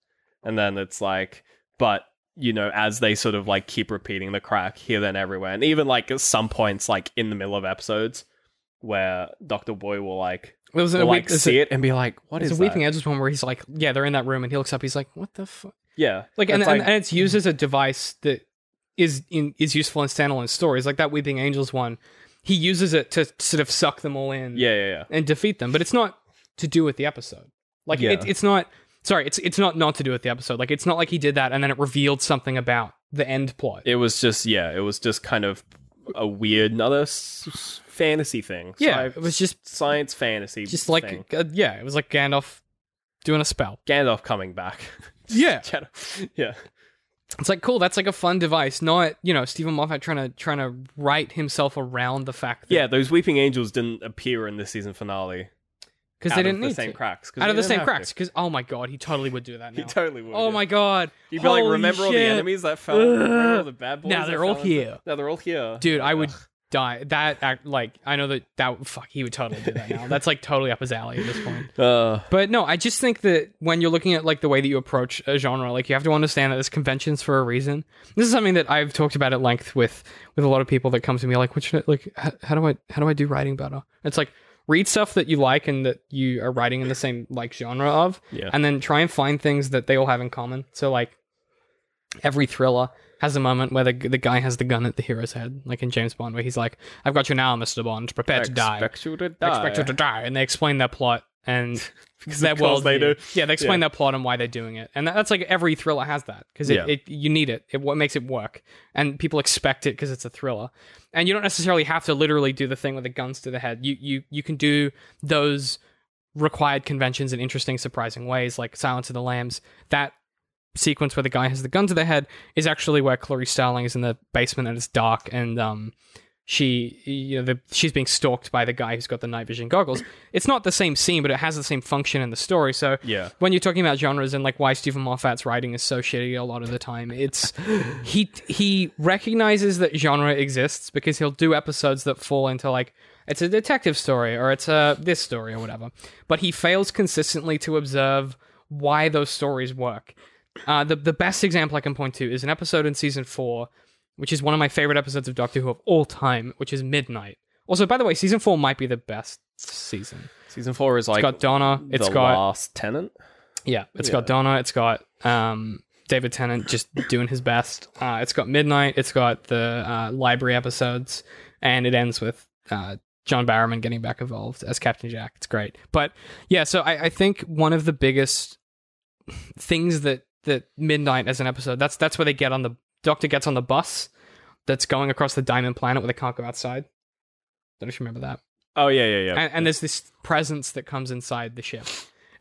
Speaker 2: And then it's like, but you know, as they sort of like keep repeating the crack here, then everywhere, and even like at some points, like in the middle of episodes, where Doctor Boy will like,
Speaker 1: There was a
Speaker 2: will,
Speaker 1: weep-
Speaker 2: like
Speaker 1: there's
Speaker 2: see it and be like, what
Speaker 1: a,
Speaker 2: is
Speaker 1: there's a
Speaker 2: that?
Speaker 1: Weeping Edges one where he's like, yeah, they're in that room, and he looks up, he's like, what the fuck?
Speaker 2: Yeah,
Speaker 1: like and,
Speaker 2: It's
Speaker 1: and, and it's used as a device that is in is useful in standalone stories like that weeping angels one he uses it to sort of suck them all in
Speaker 2: yeah, yeah, yeah.
Speaker 1: and defeat them but it's not to do with the episode like
Speaker 2: Yeah.
Speaker 1: it, it's not sorry it's it's not not to do with the episode like it's not like he did that and then it revealed something about the end plot
Speaker 2: it was just yeah it was just kind of a weird another s- s- fantasy thing
Speaker 1: yeah
Speaker 2: Sci-
Speaker 1: it was just
Speaker 2: science fantasy
Speaker 1: just like
Speaker 2: thing.
Speaker 1: uh, yeah it was like gandalf doing a spell
Speaker 2: gandalf coming back
Speaker 1: yeah
Speaker 2: yeah
Speaker 1: it's like cool that's like a fun device not you know stephen moffat trying to trying to write himself around the fact that
Speaker 2: yeah those weeping angels didn't appear in this season finale
Speaker 1: because
Speaker 2: out
Speaker 1: they
Speaker 2: of
Speaker 1: didn't
Speaker 2: the
Speaker 1: need
Speaker 2: same
Speaker 1: to.
Speaker 2: cracks 'cause
Speaker 1: out of the
Speaker 2: you didn't
Speaker 1: same
Speaker 2: have to.
Speaker 1: cracks because oh my god he totally would do that
Speaker 2: he
Speaker 1: now
Speaker 2: totally would
Speaker 1: oh
Speaker 2: yeah.
Speaker 1: my god
Speaker 2: you'd be like
Speaker 1: Holy
Speaker 2: remember all the
Speaker 1: shit.
Speaker 2: enemies that fell remember all
Speaker 1: Ugh.
Speaker 2: the bad boys
Speaker 1: Now
Speaker 2: that
Speaker 1: they're all
Speaker 2: fell into-
Speaker 1: here.
Speaker 2: now they're all here
Speaker 1: dude i would
Speaker 2: Ugh.
Speaker 1: die that act like i know that that fuck he would totally do that now that's like totally up his alley at this point
Speaker 2: uh
Speaker 1: but no i just think that when you're looking at like the way that you approach a genre like you have to understand that there's conventions for a reason this is something that i've talked about at length with with a lot of people that come to me like what should I, like h- how do i how do i do writing better it's like read stuff that you like and that you are writing in the same like genre of
Speaker 2: yeah
Speaker 1: and then try and find things that they all have in common. So like every thriller has a moment where the the guy has the gun at the hero's head, like in James Bond, where he's like, "I've got you now, Mister Bond. Prepare to die.
Speaker 2: expect you to
Speaker 1: I
Speaker 2: die
Speaker 1: expect you to die." And they explain their plot and because
Speaker 2: of
Speaker 1: their
Speaker 2: course
Speaker 1: world
Speaker 2: they do.
Speaker 1: yeah they explain
Speaker 2: Yeah.
Speaker 1: their plot and why they're doing it and that, that's like every thriller has that because it,
Speaker 2: Yeah.
Speaker 1: it you need it it what makes it work and people expect it because it's a thriller and you don't necessarily have to literally do the thing with the guns to the head you you you can do those required conventions in interesting surprising ways like silence of the lambs that sequence where the guy has the gun to the head is actually where Chloe Starling is in the basement and it's dark and um she you know the, she's being stalked by the guy who's got the night vision goggles. It's not the same scene, but it has the same function in the story. So
Speaker 2: Yeah.
Speaker 1: when you're talking about genres and like why Stephen Moffat's writing is so shitty a lot of the time, it's he he recognizes that genre exists because he'll do episodes that fall into like it's a detective story or it's a this story or whatever, but he fails consistently to observe why those stories work. Uh, the the best example I can point to is an episode in season four, which is one of my favorite episodes of Doctor Who of all time, which is Midnight. Also, by the way, season four might be the best season.
Speaker 2: Season four is like
Speaker 1: It's got Donna. It's
Speaker 2: the
Speaker 1: got
Speaker 2: last tenant.
Speaker 1: yeah, it's
Speaker 2: Yeah.
Speaker 1: got Donna. It's got um, David Tennant just doing his best. Uh, it's got Midnight. It's got the uh, library episodes, and it ends with uh, John Barrowman getting back involved as Captain Jack. It's great, but yeah. So I, I think one of the biggest things that that Midnight as an episode that's that's where they get on the Doctor gets on the bus that's going across the Diamond Planet where they can't go outside. Don't know if you remember that.
Speaker 2: Oh yeah, yeah, yeah.
Speaker 1: And, and there's this presence that comes inside the ship.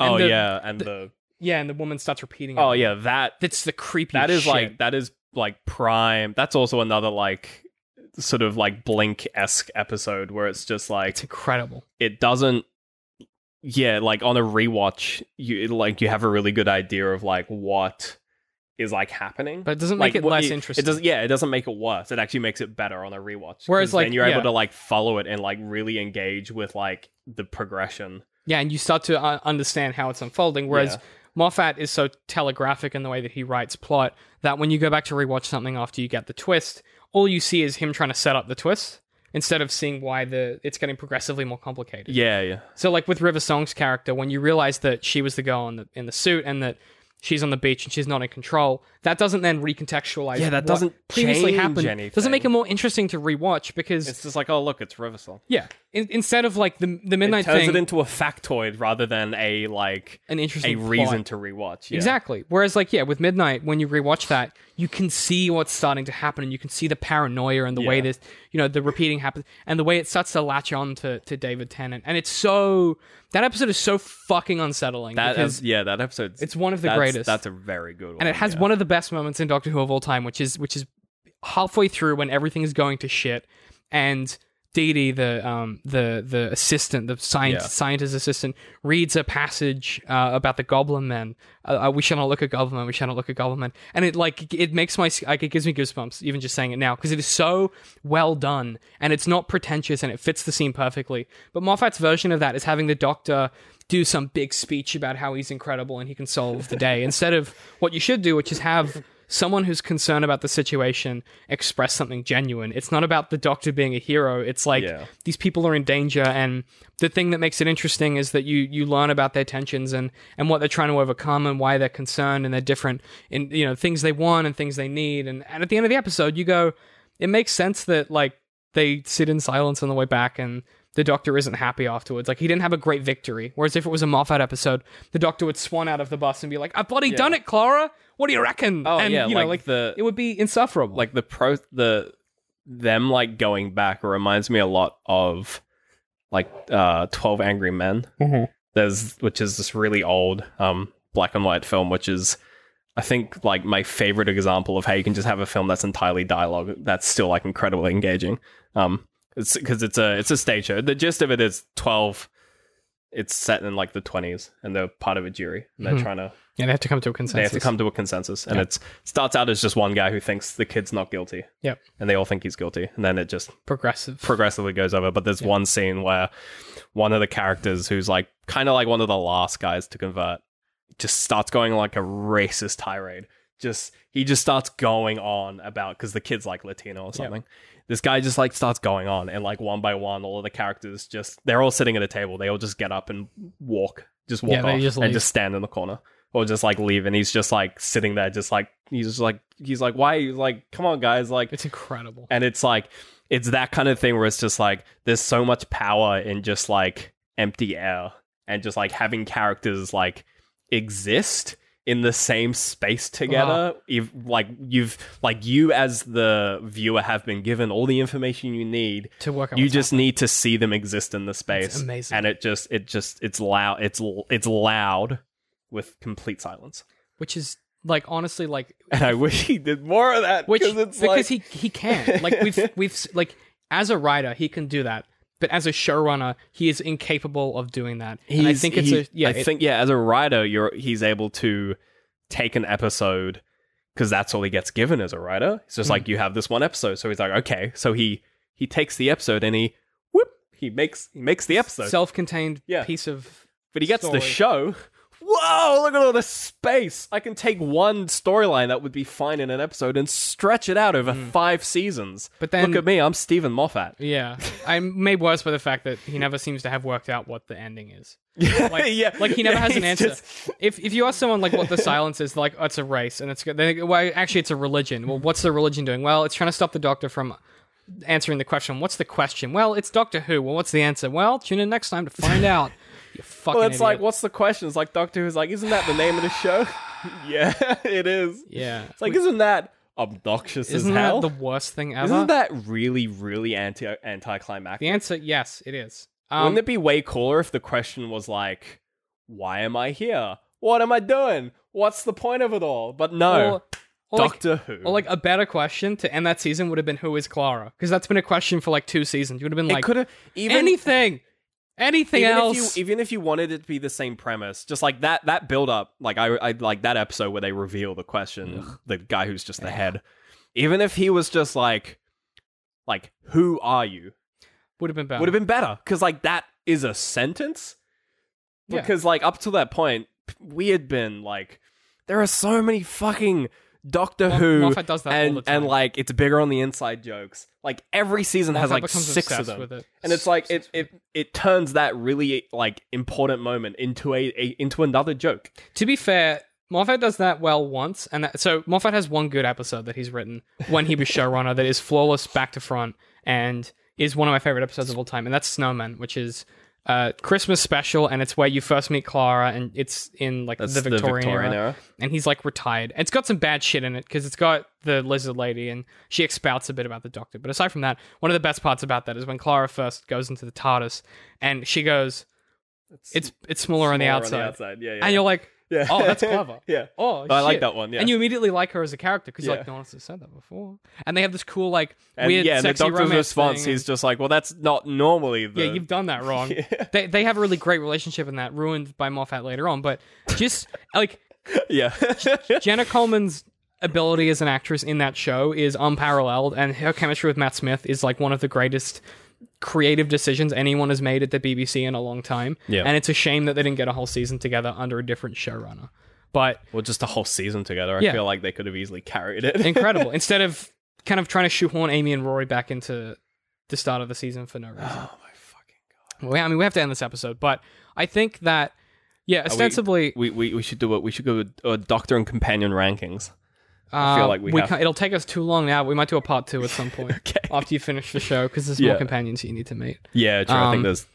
Speaker 2: oh
Speaker 1: and the-
Speaker 2: yeah, and the,
Speaker 1: Yeah, and the woman starts repeating. it.
Speaker 2: oh yeah that
Speaker 1: That's the creepy.
Speaker 2: that is
Speaker 1: shit.
Speaker 2: like that is like prime. That's also another like sort of like blink esque episode where it's just like
Speaker 1: it's incredible.
Speaker 2: it doesn't yeah like on a rewatch you like you have a really good idea of like what is like happening
Speaker 1: But it doesn't
Speaker 2: like
Speaker 1: make it
Speaker 2: what-
Speaker 1: less
Speaker 2: it,
Speaker 1: interesting.
Speaker 2: It doesn't. Yeah, it doesn't make it worse. It actually makes it better on a rewatch. 'Cause
Speaker 1: Whereas, like,
Speaker 2: then you're
Speaker 1: yeah.
Speaker 2: able to like follow it and like really engage with like the progression.
Speaker 1: yeah, and you start to uh, understand how it's unfolding. Whereas
Speaker 2: Yeah.
Speaker 1: Moffat is so telegraphic in the way that he writes plot that when you go back to rewatch something after you get the twist, all you see is him trying to set up the twist instead of seeing why the it's getting progressively more complicated.
Speaker 2: Yeah, yeah,
Speaker 1: So like with River Song's character, when you realize that she was the girl in the in the suit and that she's on the beach and she's not in control, that doesn't then recontextualize.
Speaker 2: Yeah, that
Speaker 1: what
Speaker 2: doesn't
Speaker 1: previously
Speaker 2: change
Speaker 1: happened. Doesn't
Speaker 2: anything.
Speaker 1: make it more interesting to rewatch because
Speaker 2: It's just like, oh look, it's Riversong.
Speaker 1: yeah, in, instead of like the the
Speaker 2: It
Speaker 1: midnight
Speaker 2: turns
Speaker 1: thing,
Speaker 2: it into a factoid rather than a like
Speaker 1: an interesting
Speaker 2: a reason
Speaker 1: plot.
Speaker 2: to rewatch. Yeah.
Speaker 1: Exactly. Whereas, like, yeah, with Midnight, when you rewatch that, you can see what's starting to happen, and you can see the paranoia and the way
Speaker 2: Yeah.
Speaker 1: this, you know, the repeating happens, and the way it starts to latch on to, to David Tennant, and it's so that episode is so fucking unsettling
Speaker 2: That
Speaker 1: because
Speaker 2: is, yeah, that episode's
Speaker 1: it's one of the
Speaker 2: that's,
Speaker 1: greatest.
Speaker 2: That's a very good one.
Speaker 1: and it has
Speaker 2: yeah.
Speaker 1: one of the best moments in Doctor Who of all time, which is which is halfway through when everything is going to shit, and Dee Dee, the um the the assistant, the science
Speaker 2: Yeah.
Speaker 1: scientist assistant, reads a passage uh, about the Goblin Men. Uh, uh, we shall not look at Goblin Men. We shall not look at Goblin Men. And it like it makes my like it gives me goosebumps even just saying it now because it is so well done and it's not pretentious and it fits the scene perfectly. But Moffat's version of that is having the Doctor do some big speech about how he's incredible and he can solve the day instead of what you should do, which is have someone who's concerned about the situation express something genuine. It's not about the doctor being a hero. It's like
Speaker 2: Yeah.
Speaker 1: these people are in danger and the thing that makes it interesting is that you you learn about their tensions and and what they're trying to overcome and why they're concerned and they're different in you know things they want and things they need and, and at the end of the episode you go it makes sense that like they sit in silence on the way back and the doctor isn't happy afterwards. Like he didn't have a great victory. Whereas if it was a Moffat episode, the doctor would swan out of the bus and be like, "I've bloody done it, Clara. What do you reckon?"
Speaker 2: Oh
Speaker 1: and,
Speaker 2: yeah,
Speaker 1: you know,
Speaker 2: like, the
Speaker 1: it would be insufferable.
Speaker 2: like the pro the them like going back reminds me a lot of like uh 12 angry men there's which is this really old um black and white film which is i think like my favorite example of how you can just have a film that's entirely dialogue that's still like incredibly engaging um it's because it's a it's a stage show the gist of it is 12 it's set in like the 20s and they're part of a jury and they're
Speaker 1: Mhm.
Speaker 2: trying to
Speaker 1: yeah, they have to come to a
Speaker 2: they
Speaker 1: consensus.
Speaker 2: have to come to a consensus and
Speaker 1: Yeah.
Speaker 2: it's starts out as just one guy who thinks the kid's not guilty
Speaker 1: Yep.
Speaker 2: and they all think he's guilty and then it just
Speaker 1: progressive.
Speaker 2: progressively goes over but there's
Speaker 1: Yeah.
Speaker 2: one scene where one of the characters who's like kind of like one of the last guys to convert just starts going like a racist tirade just he just starts going on about because the kid's like latino or something this guy just like starts going on and like one by one all of the characters just they're all sitting at a table they all just get up and walk just walk
Speaker 1: Yeah, they
Speaker 2: off
Speaker 1: just leave.
Speaker 2: and just stand in the corner or just like leave and he's just like sitting there just like he's just like he's like why he's like come on guys like
Speaker 1: it's incredible.
Speaker 2: and it's like it's that kind of thing where it's just like there's so much power in just like empty air and just like having characters like exist in the same space
Speaker 1: Uh-huh.
Speaker 2: together if like you've like you as the viewer have been given all the information you need
Speaker 1: to work out.
Speaker 2: you
Speaker 1: what's
Speaker 2: just need to see them exist in the space
Speaker 1: amazing.
Speaker 2: and it just it just it's loud it's l- it's loud with complete silence
Speaker 1: happening. which is like honestly like
Speaker 2: and i wish he did more of that
Speaker 1: which
Speaker 2: because it's
Speaker 1: because
Speaker 2: like
Speaker 1: he he can like we've we've s- like as a writer he can do that, but as a showrunner he is incapable of doing that. And I
Speaker 2: he's-
Speaker 1: think it's
Speaker 2: he-
Speaker 1: a yeah.
Speaker 2: I
Speaker 1: it-
Speaker 2: think yeah. As a writer, you're he's able to take an episode because that's all he gets given as a writer. It's just
Speaker 1: Hmm.
Speaker 2: like you have this one episode, so he's like, okay, so he he takes the episode and he whoop he makes he makes the episode,
Speaker 1: self-contained
Speaker 2: Yeah.
Speaker 1: piece of
Speaker 2: but he gets
Speaker 1: story.
Speaker 2: the show. Whoa! Look at all the space. I can take one storyline that would be fine in an episode and stretch it out over five seasons.
Speaker 1: Hmm. But then-
Speaker 2: look at me, I'm Stephen Moffat.
Speaker 1: yeah. I'm made worse by the fact that he never seems to have worked out what the ending is. Like,
Speaker 2: yeah,
Speaker 1: like he never
Speaker 2: yeah,
Speaker 1: has an
Speaker 2: he's
Speaker 1: answer.
Speaker 2: just-
Speaker 1: If if you ask someone like what the silence is, like oh, it's a race and it's good. They, go, well, actually, it's a religion. Well, what's the religion doing? Well, it's trying to stop the doctor from answering the question. What's the question? Well, it's Doctor Who. Well, what's the answer? Well, tune in next time to find out. You fucking.
Speaker 2: Well, it's
Speaker 1: idiot.
Speaker 2: like, what's the question? It's like Doctor Who's like, isn't that the name of the show? yeah, it is.
Speaker 1: Yeah.
Speaker 2: It's like, isn't that obnoxious
Speaker 1: Isn't
Speaker 2: as hell?
Speaker 1: that the worst thing ever?
Speaker 2: isn't that really, really anti anticlimactic?
Speaker 1: the answer? Yes, it is.
Speaker 2: Wouldn't
Speaker 1: Um,
Speaker 2: it be way cooler if the question was like, why am I here? What am I doing? What's the point of it all? But no,
Speaker 1: or- or like-
Speaker 2: Doctor Who.
Speaker 1: Or like a better question to end that season would have been who is Clara? Because that's been a question for like two seasons. You would have been
Speaker 2: it
Speaker 1: like
Speaker 2: could have even
Speaker 1: anything, anything
Speaker 2: even
Speaker 1: else.
Speaker 2: If you, even if you wanted it to be the same premise, just like that that build up, like I, I like that episode where they reveal the question, the guy who's just the head. Even if he was just like, like who are you,
Speaker 1: would have been better.
Speaker 2: would have been better because like that is a sentence.
Speaker 1: Yeah.
Speaker 2: Because like up to that point, p- we had been like, there are so many fucking Doctor
Speaker 1: Mo-
Speaker 2: Who
Speaker 1: Moffat does that all
Speaker 2: and
Speaker 1: the time.
Speaker 2: and like it's bigger on the inside jokes. Like every season has
Speaker 1: Moffat
Speaker 2: like
Speaker 1: becomes
Speaker 2: six of
Speaker 1: obsessed
Speaker 2: them
Speaker 1: with it.
Speaker 2: and it's like it, it it turns that really like important moment into a, a into another joke.
Speaker 1: To be fair, Moffat does that well once, and that, so Moffat has one good episode that he's written when he was showrunner that is flawless back to front and is one of my favorite episodes of all time, and that's Snowman, which is a Christmas special, and it's where you first meet Clara, and it's in like the Victorian, era. and he's like retired. It's got some bad shit in it because it's got the lizard lady and she expouts a bit about the doctor. But aside from that, one of the best parts about that is when Clara first goes into the TARDIS and she goes, "It's it's, smaller, on the
Speaker 2: More
Speaker 1: outside,",
Speaker 2: Yeah, yeah.
Speaker 1: and you're like,
Speaker 2: yeah.
Speaker 1: "Oh, that's clever."
Speaker 2: yeah.
Speaker 1: Oh,
Speaker 2: I like
Speaker 1: shit."
Speaker 2: that one, yeah.
Speaker 1: And you immediately like her as a character because you're
Speaker 2: Yeah.
Speaker 1: like, no one's said that before. And they have this cool, like,
Speaker 2: And
Speaker 1: weird,
Speaker 2: yeah, and the
Speaker 1: sexy
Speaker 2: doctor's
Speaker 1: romance
Speaker 2: response
Speaker 1: thing.
Speaker 2: he's just like, "Well, that's not normally the
Speaker 1: yeah, you've done that wrong. They they have a really great relationship in that, ruined by Moffat later on. But just like
Speaker 2: yeah."
Speaker 1: Jenna Coleman's ability as an actress in that show is unparalleled, and her chemistry with Matt Smith is like one of the greatest creative decisions anyone has made at the BBC in a long time.
Speaker 2: Yeah.
Speaker 1: And it's a shame that they didn't get a whole season together under a different showrunner. But
Speaker 2: well, just a whole season together. I
Speaker 1: Yeah.
Speaker 2: feel like they could have easily carried it.
Speaker 1: incredible. Instead of kind of trying to shoehorn Amy and Rory back into the start of the season for no reason.
Speaker 2: oh my fucking god!
Speaker 1: Well, yeah, I mean, we have to end this episode, but I think that, yeah, ostensibly,
Speaker 2: We we, we should do it. We should go with uh, doctor and companion rankings.
Speaker 1: I
Speaker 2: feel like we have-
Speaker 1: uh, it'll take us too long now. We might do a part two at some point
Speaker 2: Okay.
Speaker 1: after you finish the show because there's
Speaker 2: Yeah.
Speaker 1: more companions you need to meet.
Speaker 2: Yeah, true. I
Speaker 1: Um,
Speaker 2: think there's
Speaker 1: I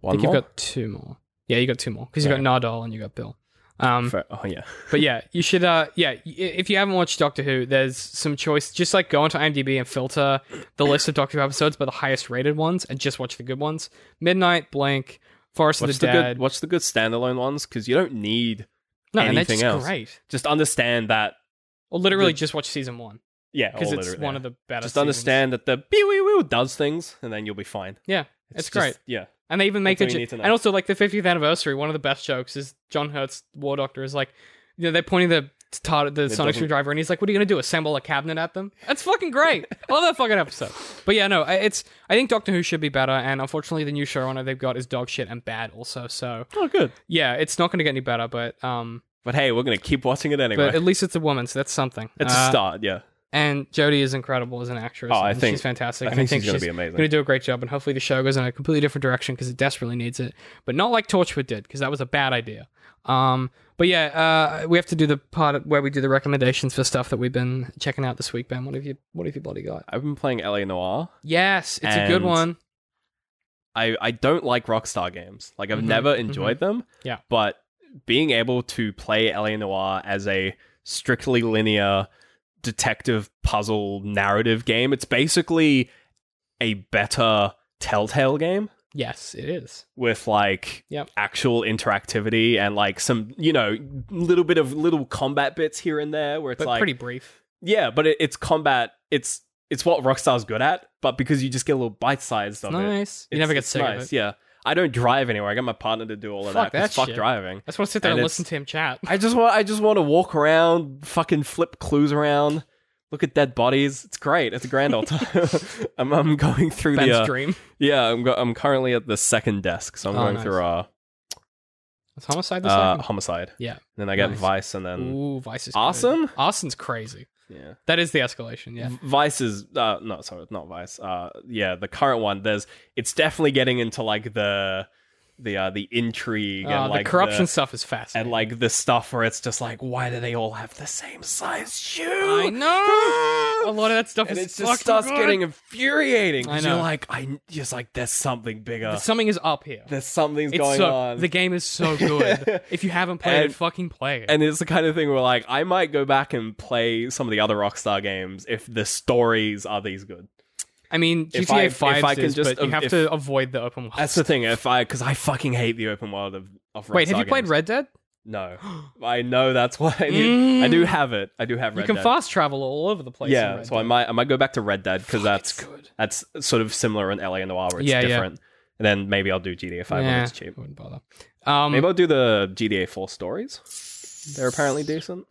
Speaker 2: one
Speaker 1: think
Speaker 2: more.
Speaker 1: you've got two more. Yeah, you got two more because you got Nardole and you got Bill. Um,
Speaker 2: For- oh yeah.
Speaker 1: but yeah, you should. Uh, yeah, y- if you haven't watched Doctor Who, there's some choice. Just like go onto IMDb and filter the list of Doctor Who episodes by the highest rated ones, and just watch the good ones. Midnight, Blank, Forest
Speaker 2: What's
Speaker 1: of the,
Speaker 2: the
Speaker 1: Dead.
Speaker 2: good? What's the good standalone ones? Because you don't need
Speaker 1: no, and they're
Speaker 2: anything
Speaker 1: just
Speaker 2: else?
Speaker 1: great.
Speaker 2: just understand that
Speaker 1: Or literally
Speaker 2: The-
Speaker 1: just watch season one
Speaker 2: yeah
Speaker 1: because
Speaker 2: all
Speaker 1: it's
Speaker 2: literate-
Speaker 1: one
Speaker 2: yeah.
Speaker 1: of the better.
Speaker 2: just
Speaker 1: seasons.
Speaker 2: understand that the bee wee wee does things and then you'll be fine
Speaker 1: Yeah, it's great.
Speaker 2: just- yeah
Speaker 1: And they even make the
Speaker 2: That's all you
Speaker 1: jo-
Speaker 2: need to know.
Speaker 1: and also like the 50th anniversary. One of the best jokes is John Hurt's War Doctor is like, you know, they're pointing the tard- the sonic
Speaker 2: doesn't-
Speaker 1: screwdriver, and he's like, "What are you gonna do? Assemble a cabinet at them?" That's fucking great. I Love that fucking episode. But yeah, no, I- it's I think Doctor Who should be better, and unfortunately, the new showrunner they've got is dog shit and bad also. So
Speaker 2: oh good
Speaker 1: yeah, it's not gonna get any better. But um,
Speaker 2: but hey we're gonna keep watching it anyway
Speaker 1: but at least it's a woman, so that's something.
Speaker 2: it's
Speaker 1: Uh,
Speaker 2: a start yeah
Speaker 1: and Jodie is incredible as an actress.
Speaker 2: Oh, I
Speaker 1: and
Speaker 2: think-
Speaker 1: she's fantastic.
Speaker 2: I
Speaker 1: and I
Speaker 2: think
Speaker 1: think
Speaker 2: she's gonna be amazing.
Speaker 1: Going to do a great job, and hopefully the show goes in a completely different direction because it desperately needs it. But not like Torchwood did, because that was a bad idea. Um, but yeah, uh, we have to do the part where we do the recommendations for stuff that we've been checking out this week. Ben, what have you, what have you bloody got?
Speaker 2: i've been playing la noir
Speaker 1: Yes, it's a good
Speaker 2: And-
Speaker 1: one.
Speaker 2: I I don't like Rockstar games. Like I've
Speaker 1: Mhm,
Speaker 2: never enjoyed them.
Speaker 1: Yeah.
Speaker 2: But being able to play L.A. Noire as a strictly linear detective puzzle narrative game, it's basically a better Telltale game
Speaker 1: Yes, it is.
Speaker 2: with like
Speaker 1: Yep.
Speaker 2: actual interactivity and like some you know little bit of little combat bits here and there where it's
Speaker 1: But
Speaker 2: like
Speaker 1: pretty brief.
Speaker 2: yeah, but it, it's combat. It's it's what Rockstar's good at, but because you just get little bite sized of it.
Speaker 1: Nice. You
Speaker 2: It's-
Speaker 1: never get
Speaker 2: it's
Speaker 1: sick
Speaker 2: nice,
Speaker 1: of it.
Speaker 2: Yeah, I don't drive anywhere. I got my partner to do all of
Speaker 1: Fuck
Speaker 2: that. 'cause
Speaker 1: that
Speaker 2: fuck
Speaker 1: shit.
Speaker 2: driving.
Speaker 1: I just want to sit there
Speaker 2: And
Speaker 1: and,
Speaker 2: it's-
Speaker 1: listen to him chat.
Speaker 2: I just want. I just want to walk around, fucking flip clues around, look at dead bodies. It's great. It's a grand old time. I'm, I'm going through
Speaker 1: Ben's
Speaker 2: the. Uh,
Speaker 1: dream.
Speaker 2: yeah, I'm. Go- I'm currently at the second desk, so I'm
Speaker 1: Oh,
Speaker 2: going
Speaker 1: nice.
Speaker 2: through uh,
Speaker 1: It's homicide this
Speaker 2: uh
Speaker 1: time.
Speaker 2: homicide.
Speaker 1: Yeah.
Speaker 2: Then I got
Speaker 1: Nice.
Speaker 2: vice, and then
Speaker 1: Ooh, Vice is good.
Speaker 2: uh, awesome.
Speaker 1: Awesome's crazy.
Speaker 2: Yeah.
Speaker 1: That is the escalation. Yeah.
Speaker 2: V- Vice is uh, no, sorry, not Vice. Uh, yeah, the current one. There's it's definitely getting into like the the uh, the intrigue
Speaker 1: Uh,
Speaker 2: and like
Speaker 1: the corruption
Speaker 2: the-
Speaker 1: stuff is
Speaker 2: and
Speaker 1: fascinating.
Speaker 2: like the stuff where it's just like, why do they all have the same size
Speaker 1: I
Speaker 2: shoe?
Speaker 1: know. A lot of that stuff
Speaker 2: and it
Speaker 1: is
Speaker 2: just
Speaker 1: fucking
Speaker 2: starts
Speaker 1: good.
Speaker 2: getting infuriating. 'cause
Speaker 1: I know.
Speaker 2: You're like, I just like there's something bigger.
Speaker 1: Something is up here.
Speaker 2: There's something's
Speaker 1: It's
Speaker 2: uh, going
Speaker 1: so
Speaker 2: on.
Speaker 1: the game is so good. if you haven't played
Speaker 2: And-
Speaker 1: it, fucking play it.
Speaker 2: and it's the kind of thing where like I might go back and play some of the other Rockstar games if the stories are these good.
Speaker 1: I mean,
Speaker 2: if
Speaker 1: GTA
Speaker 2: I- if
Speaker 1: Five
Speaker 2: I
Speaker 1: is,
Speaker 2: can just- um,
Speaker 1: but you have
Speaker 2: if-
Speaker 1: to avoid the open world.
Speaker 2: That's the thing. If I, because I fucking hate the open world of, of
Speaker 1: Wait, have
Speaker 2: Rockstar
Speaker 1: you played
Speaker 2: games.
Speaker 1: Red Dead?
Speaker 2: No, I know that's why I do. I do have it. I do have Red
Speaker 1: Mm. you can
Speaker 2: Dead.
Speaker 1: fast travel all over the place. in
Speaker 2: yeah,
Speaker 1: Red
Speaker 2: so I
Speaker 1: Dead.
Speaker 2: might I might go back to Red Dead because
Speaker 1: Fuck, it's
Speaker 2: that's
Speaker 1: good.
Speaker 2: that's sort of similar in LA and Noir where it's
Speaker 1: Yeah, yeah.
Speaker 2: different. And then maybe I'll do GTA Five when
Speaker 1: Yeah,
Speaker 2: it's cheap.
Speaker 1: I wouldn't bother. Um,
Speaker 2: Maybe I'll do the GTA Four stories. They're apparently decent.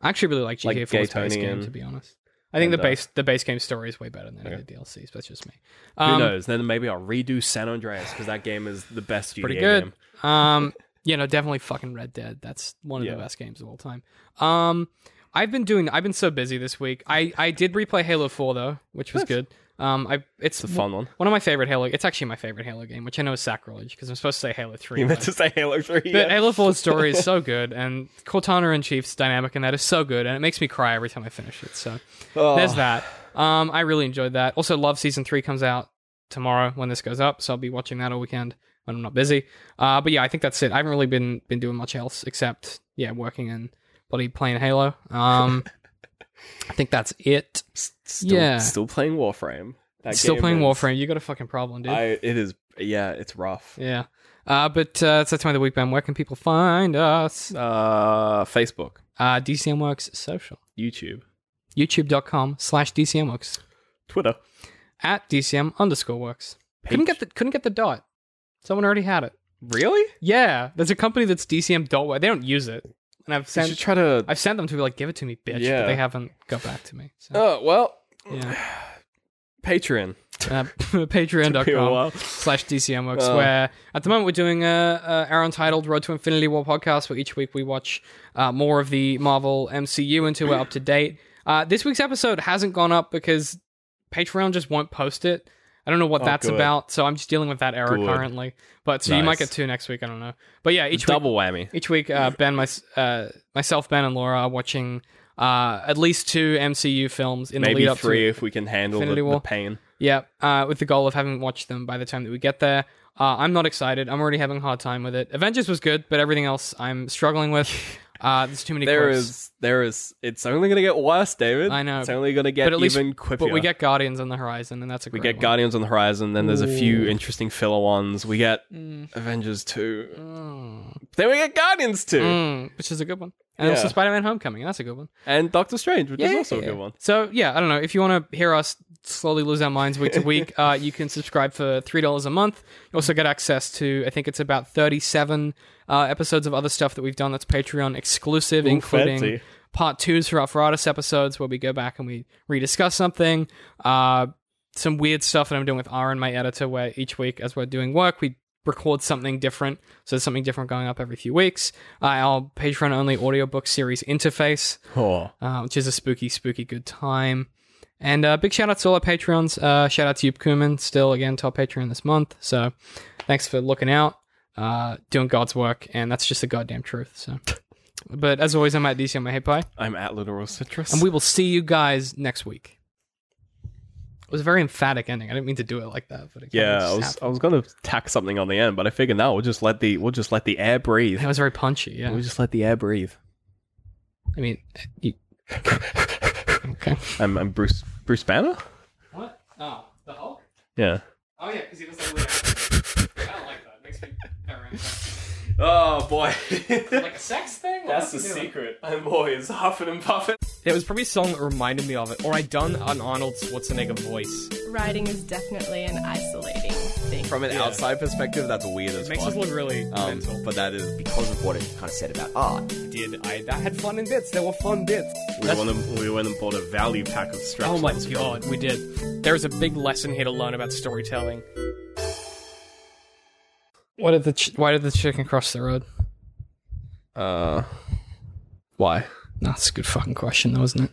Speaker 1: I actually really like GTA
Speaker 2: like
Speaker 1: 4's base
Speaker 2: Gaytonian
Speaker 1: game to be honest. I think
Speaker 2: and,
Speaker 1: the
Speaker 2: uh,
Speaker 1: base the base game story is way better than any
Speaker 2: Okay.
Speaker 1: of the DLCs. But that's just me.
Speaker 2: Who
Speaker 1: Um,
Speaker 2: knows? Then maybe I'll redo San Andreas because that game is the best GTA
Speaker 1: pretty good.
Speaker 2: game.
Speaker 1: Um, you know, definitely fucking Red Dead. That's one of
Speaker 2: Yeah.
Speaker 1: the best games of all time. Um, I've been doing. I've been so busy this week. I I did replay Halo Four though, which was
Speaker 2: Nice.
Speaker 1: good. Um, I it's
Speaker 2: It's a fun one.
Speaker 1: One of my favorite Halo. It's actually my favorite Halo game, which I know is sacrilege because I'm supposed to say Halo Three.
Speaker 2: You meant
Speaker 1: but-
Speaker 2: to say Halo Three.
Speaker 1: But
Speaker 2: yeah.
Speaker 1: Halo 4's story is so good, and Cortana and Chief's dynamic in that is so good, and it makes me cry every time I finish it. So
Speaker 2: Oh,
Speaker 1: uh, there's that. Um, I really enjoyed that. Also, Love Season 3 comes out tomorrow when this goes up, so I'll be watching that all weekend when I'm not busy. Uh, but yeah, I think that's it. I haven't really been been doing much else except, yeah, working and bloody playing Halo. Um, I think that's it.
Speaker 2: s- Still,
Speaker 1: yeah.
Speaker 2: Still playing Warframe. That
Speaker 1: Still
Speaker 2: game
Speaker 1: playing
Speaker 2: is-
Speaker 1: Warframe. You got a fucking problem, dude.
Speaker 2: I, it is. Yeah, it's rough.
Speaker 1: yeah. Uh, but uh, it's that time of the week, Ben. Where can people find us?
Speaker 2: Uh, Facebook,
Speaker 1: Uh, DCMworks Social.
Speaker 2: YouTube,
Speaker 1: youtube.com slash dcmworks
Speaker 2: Twitter.
Speaker 1: at dcm underscore works couldn't get the couldn't get the dot someone already had it
Speaker 2: really.
Speaker 1: yeah there's a company that's dcm dot they don't use it and i've
Speaker 2: you should
Speaker 1: sent
Speaker 2: try to.
Speaker 1: i've sent them to be like give it to me bitch but
Speaker 2: Yeah.
Speaker 1: they haven't got back to me so
Speaker 2: Oh well.
Speaker 1: yeah
Speaker 2: Patreon.
Speaker 1: uh,
Speaker 2: Took me a
Speaker 1: patreon.com
Speaker 2: while.
Speaker 1: slash DCM Works,
Speaker 2: Uh.
Speaker 1: where at the moment we're doing uh, uh, our untitled Road to Infinity War podcast, where each week we watch uh, more of the Marvel MCU until we're up to date. Uh, this week's episode hasn't gone up because Patreon just won't post it. I don't know what
Speaker 2: Oh,
Speaker 1: that's
Speaker 2: good.
Speaker 1: about, so I'm just dealing with that error
Speaker 2: Good.
Speaker 1: currently. But so you might
Speaker 2: Nice.
Speaker 1: get two next week. I don't know. But yeah, each week
Speaker 2: Double whammy.
Speaker 1: each week, uh, Ben, my, uh, myself, Ben, and Laura are watching uh, at least two MCU films in the lead
Speaker 2: Maybe
Speaker 1: up to
Speaker 2: three if we can handle the,
Speaker 1: Infinity
Speaker 2: the
Speaker 1: War.
Speaker 2: pain.
Speaker 1: yeah, uh, with the goal of having watched them by the time that we get there. Uh, I'm not excited. I'm already having a hard time with it. Avengers was good, but everything else I'm struggling with. Uh, there's too many
Speaker 2: There
Speaker 1: quips.
Speaker 2: is, there is. It's only gonna get worse, David.
Speaker 1: I know.
Speaker 2: It's only gonna get
Speaker 1: But at least-
Speaker 2: even quippier.
Speaker 1: but we get Guardians on the horizon, and that's a
Speaker 2: we
Speaker 1: great
Speaker 2: get
Speaker 1: one.
Speaker 2: Guardians on the Horizon. Then there's a few
Speaker 1: Ooh.
Speaker 2: interesting filler ones. We get
Speaker 1: Mm,
Speaker 2: Avengers two.
Speaker 1: mm,
Speaker 2: Then we get Guardians two
Speaker 1: mm, which is a good one, and
Speaker 2: Yeah.
Speaker 1: also Spider-Man: Homecoming. That's a good one.
Speaker 2: and Doctor Strange, which is also a good one.
Speaker 1: So yeah, I don't know. If you want to hear us slowly lose our minds week to week, uh, you can subscribe for three dollars a month. You also get access to I think it's about thirty-seven uh, episodes of other stuff that we've done that's Patreon exclusive, including
Speaker 2: fancy.
Speaker 1: part twos for Alpharatus episodes where we go back and we rediscuss something. Uh, some weird stuff that I'm doing with Aaron, my editor, where each week as we're doing work, we record something different. So there's something different going up every few weeks. Uh, our Patreon only audiobook series interface
Speaker 2: Oh,
Speaker 1: uh, which is a spooky, spooky good time. And uh, big shout out to all our Patreons. Uh, shout out to Yup Kuman, still again top Patreon this month. So thanks for looking out, uh, doing God's work, and that's just the goddamn truth. So, but as always, I'm at DC on my hate pie,
Speaker 2: I'm at Literal Citrus.
Speaker 1: and we will see you guys next week. It was a very emphatic ending. I didn't mean to do it like that, but it kinda
Speaker 2: Yeah,
Speaker 1: just
Speaker 2: I was
Speaker 1: happened.
Speaker 2: I was gonna tack something on the end, but I figured no, we'll just let the we'll just let the air breathe.
Speaker 1: That was very punchy. Yeah,
Speaker 2: We'll just let the air breathe.
Speaker 1: I mean, you, okay.
Speaker 2: I'm, I'm Bruce Bruce Banner.
Speaker 1: What? Oh, the Hulk.
Speaker 2: Yeah.
Speaker 1: Oh yeah, because he was like, I don't like that. Makes me
Speaker 2: Oh boy,
Speaker 1: like a sex thing.
Speaker 2: I'm always huffing and puffing.
Speaker 3: There was probably a song that reminded me of it, or I'd done an Arnold Schwarzenegger voice.
Speaker 4: Writing is definitely an isolating thing.
Speaker 5: From an outside perspective, that's weird as
Speaker 3: Makes
Speaker 5: fuck.
Speaker 3: us look really
Speaker 5: um,
Speaker 3: mental.
Speaker 5: but that is
Speaker 6: because of what it kind of said about art.
Speaker 3: Did I? I had fun in bits. There were fun bits.
Speaker 2: We went and, we went and bought a value pack of straps.
Speaker 3: Oh my god, we did. There is a big lesson here to learn about storytelling.
Speaker 1: What did the ch- why did the chicken cross the road?
Speaker 2: Uh, why?
Speaker 1: That's a good fucking question, though, isn't it?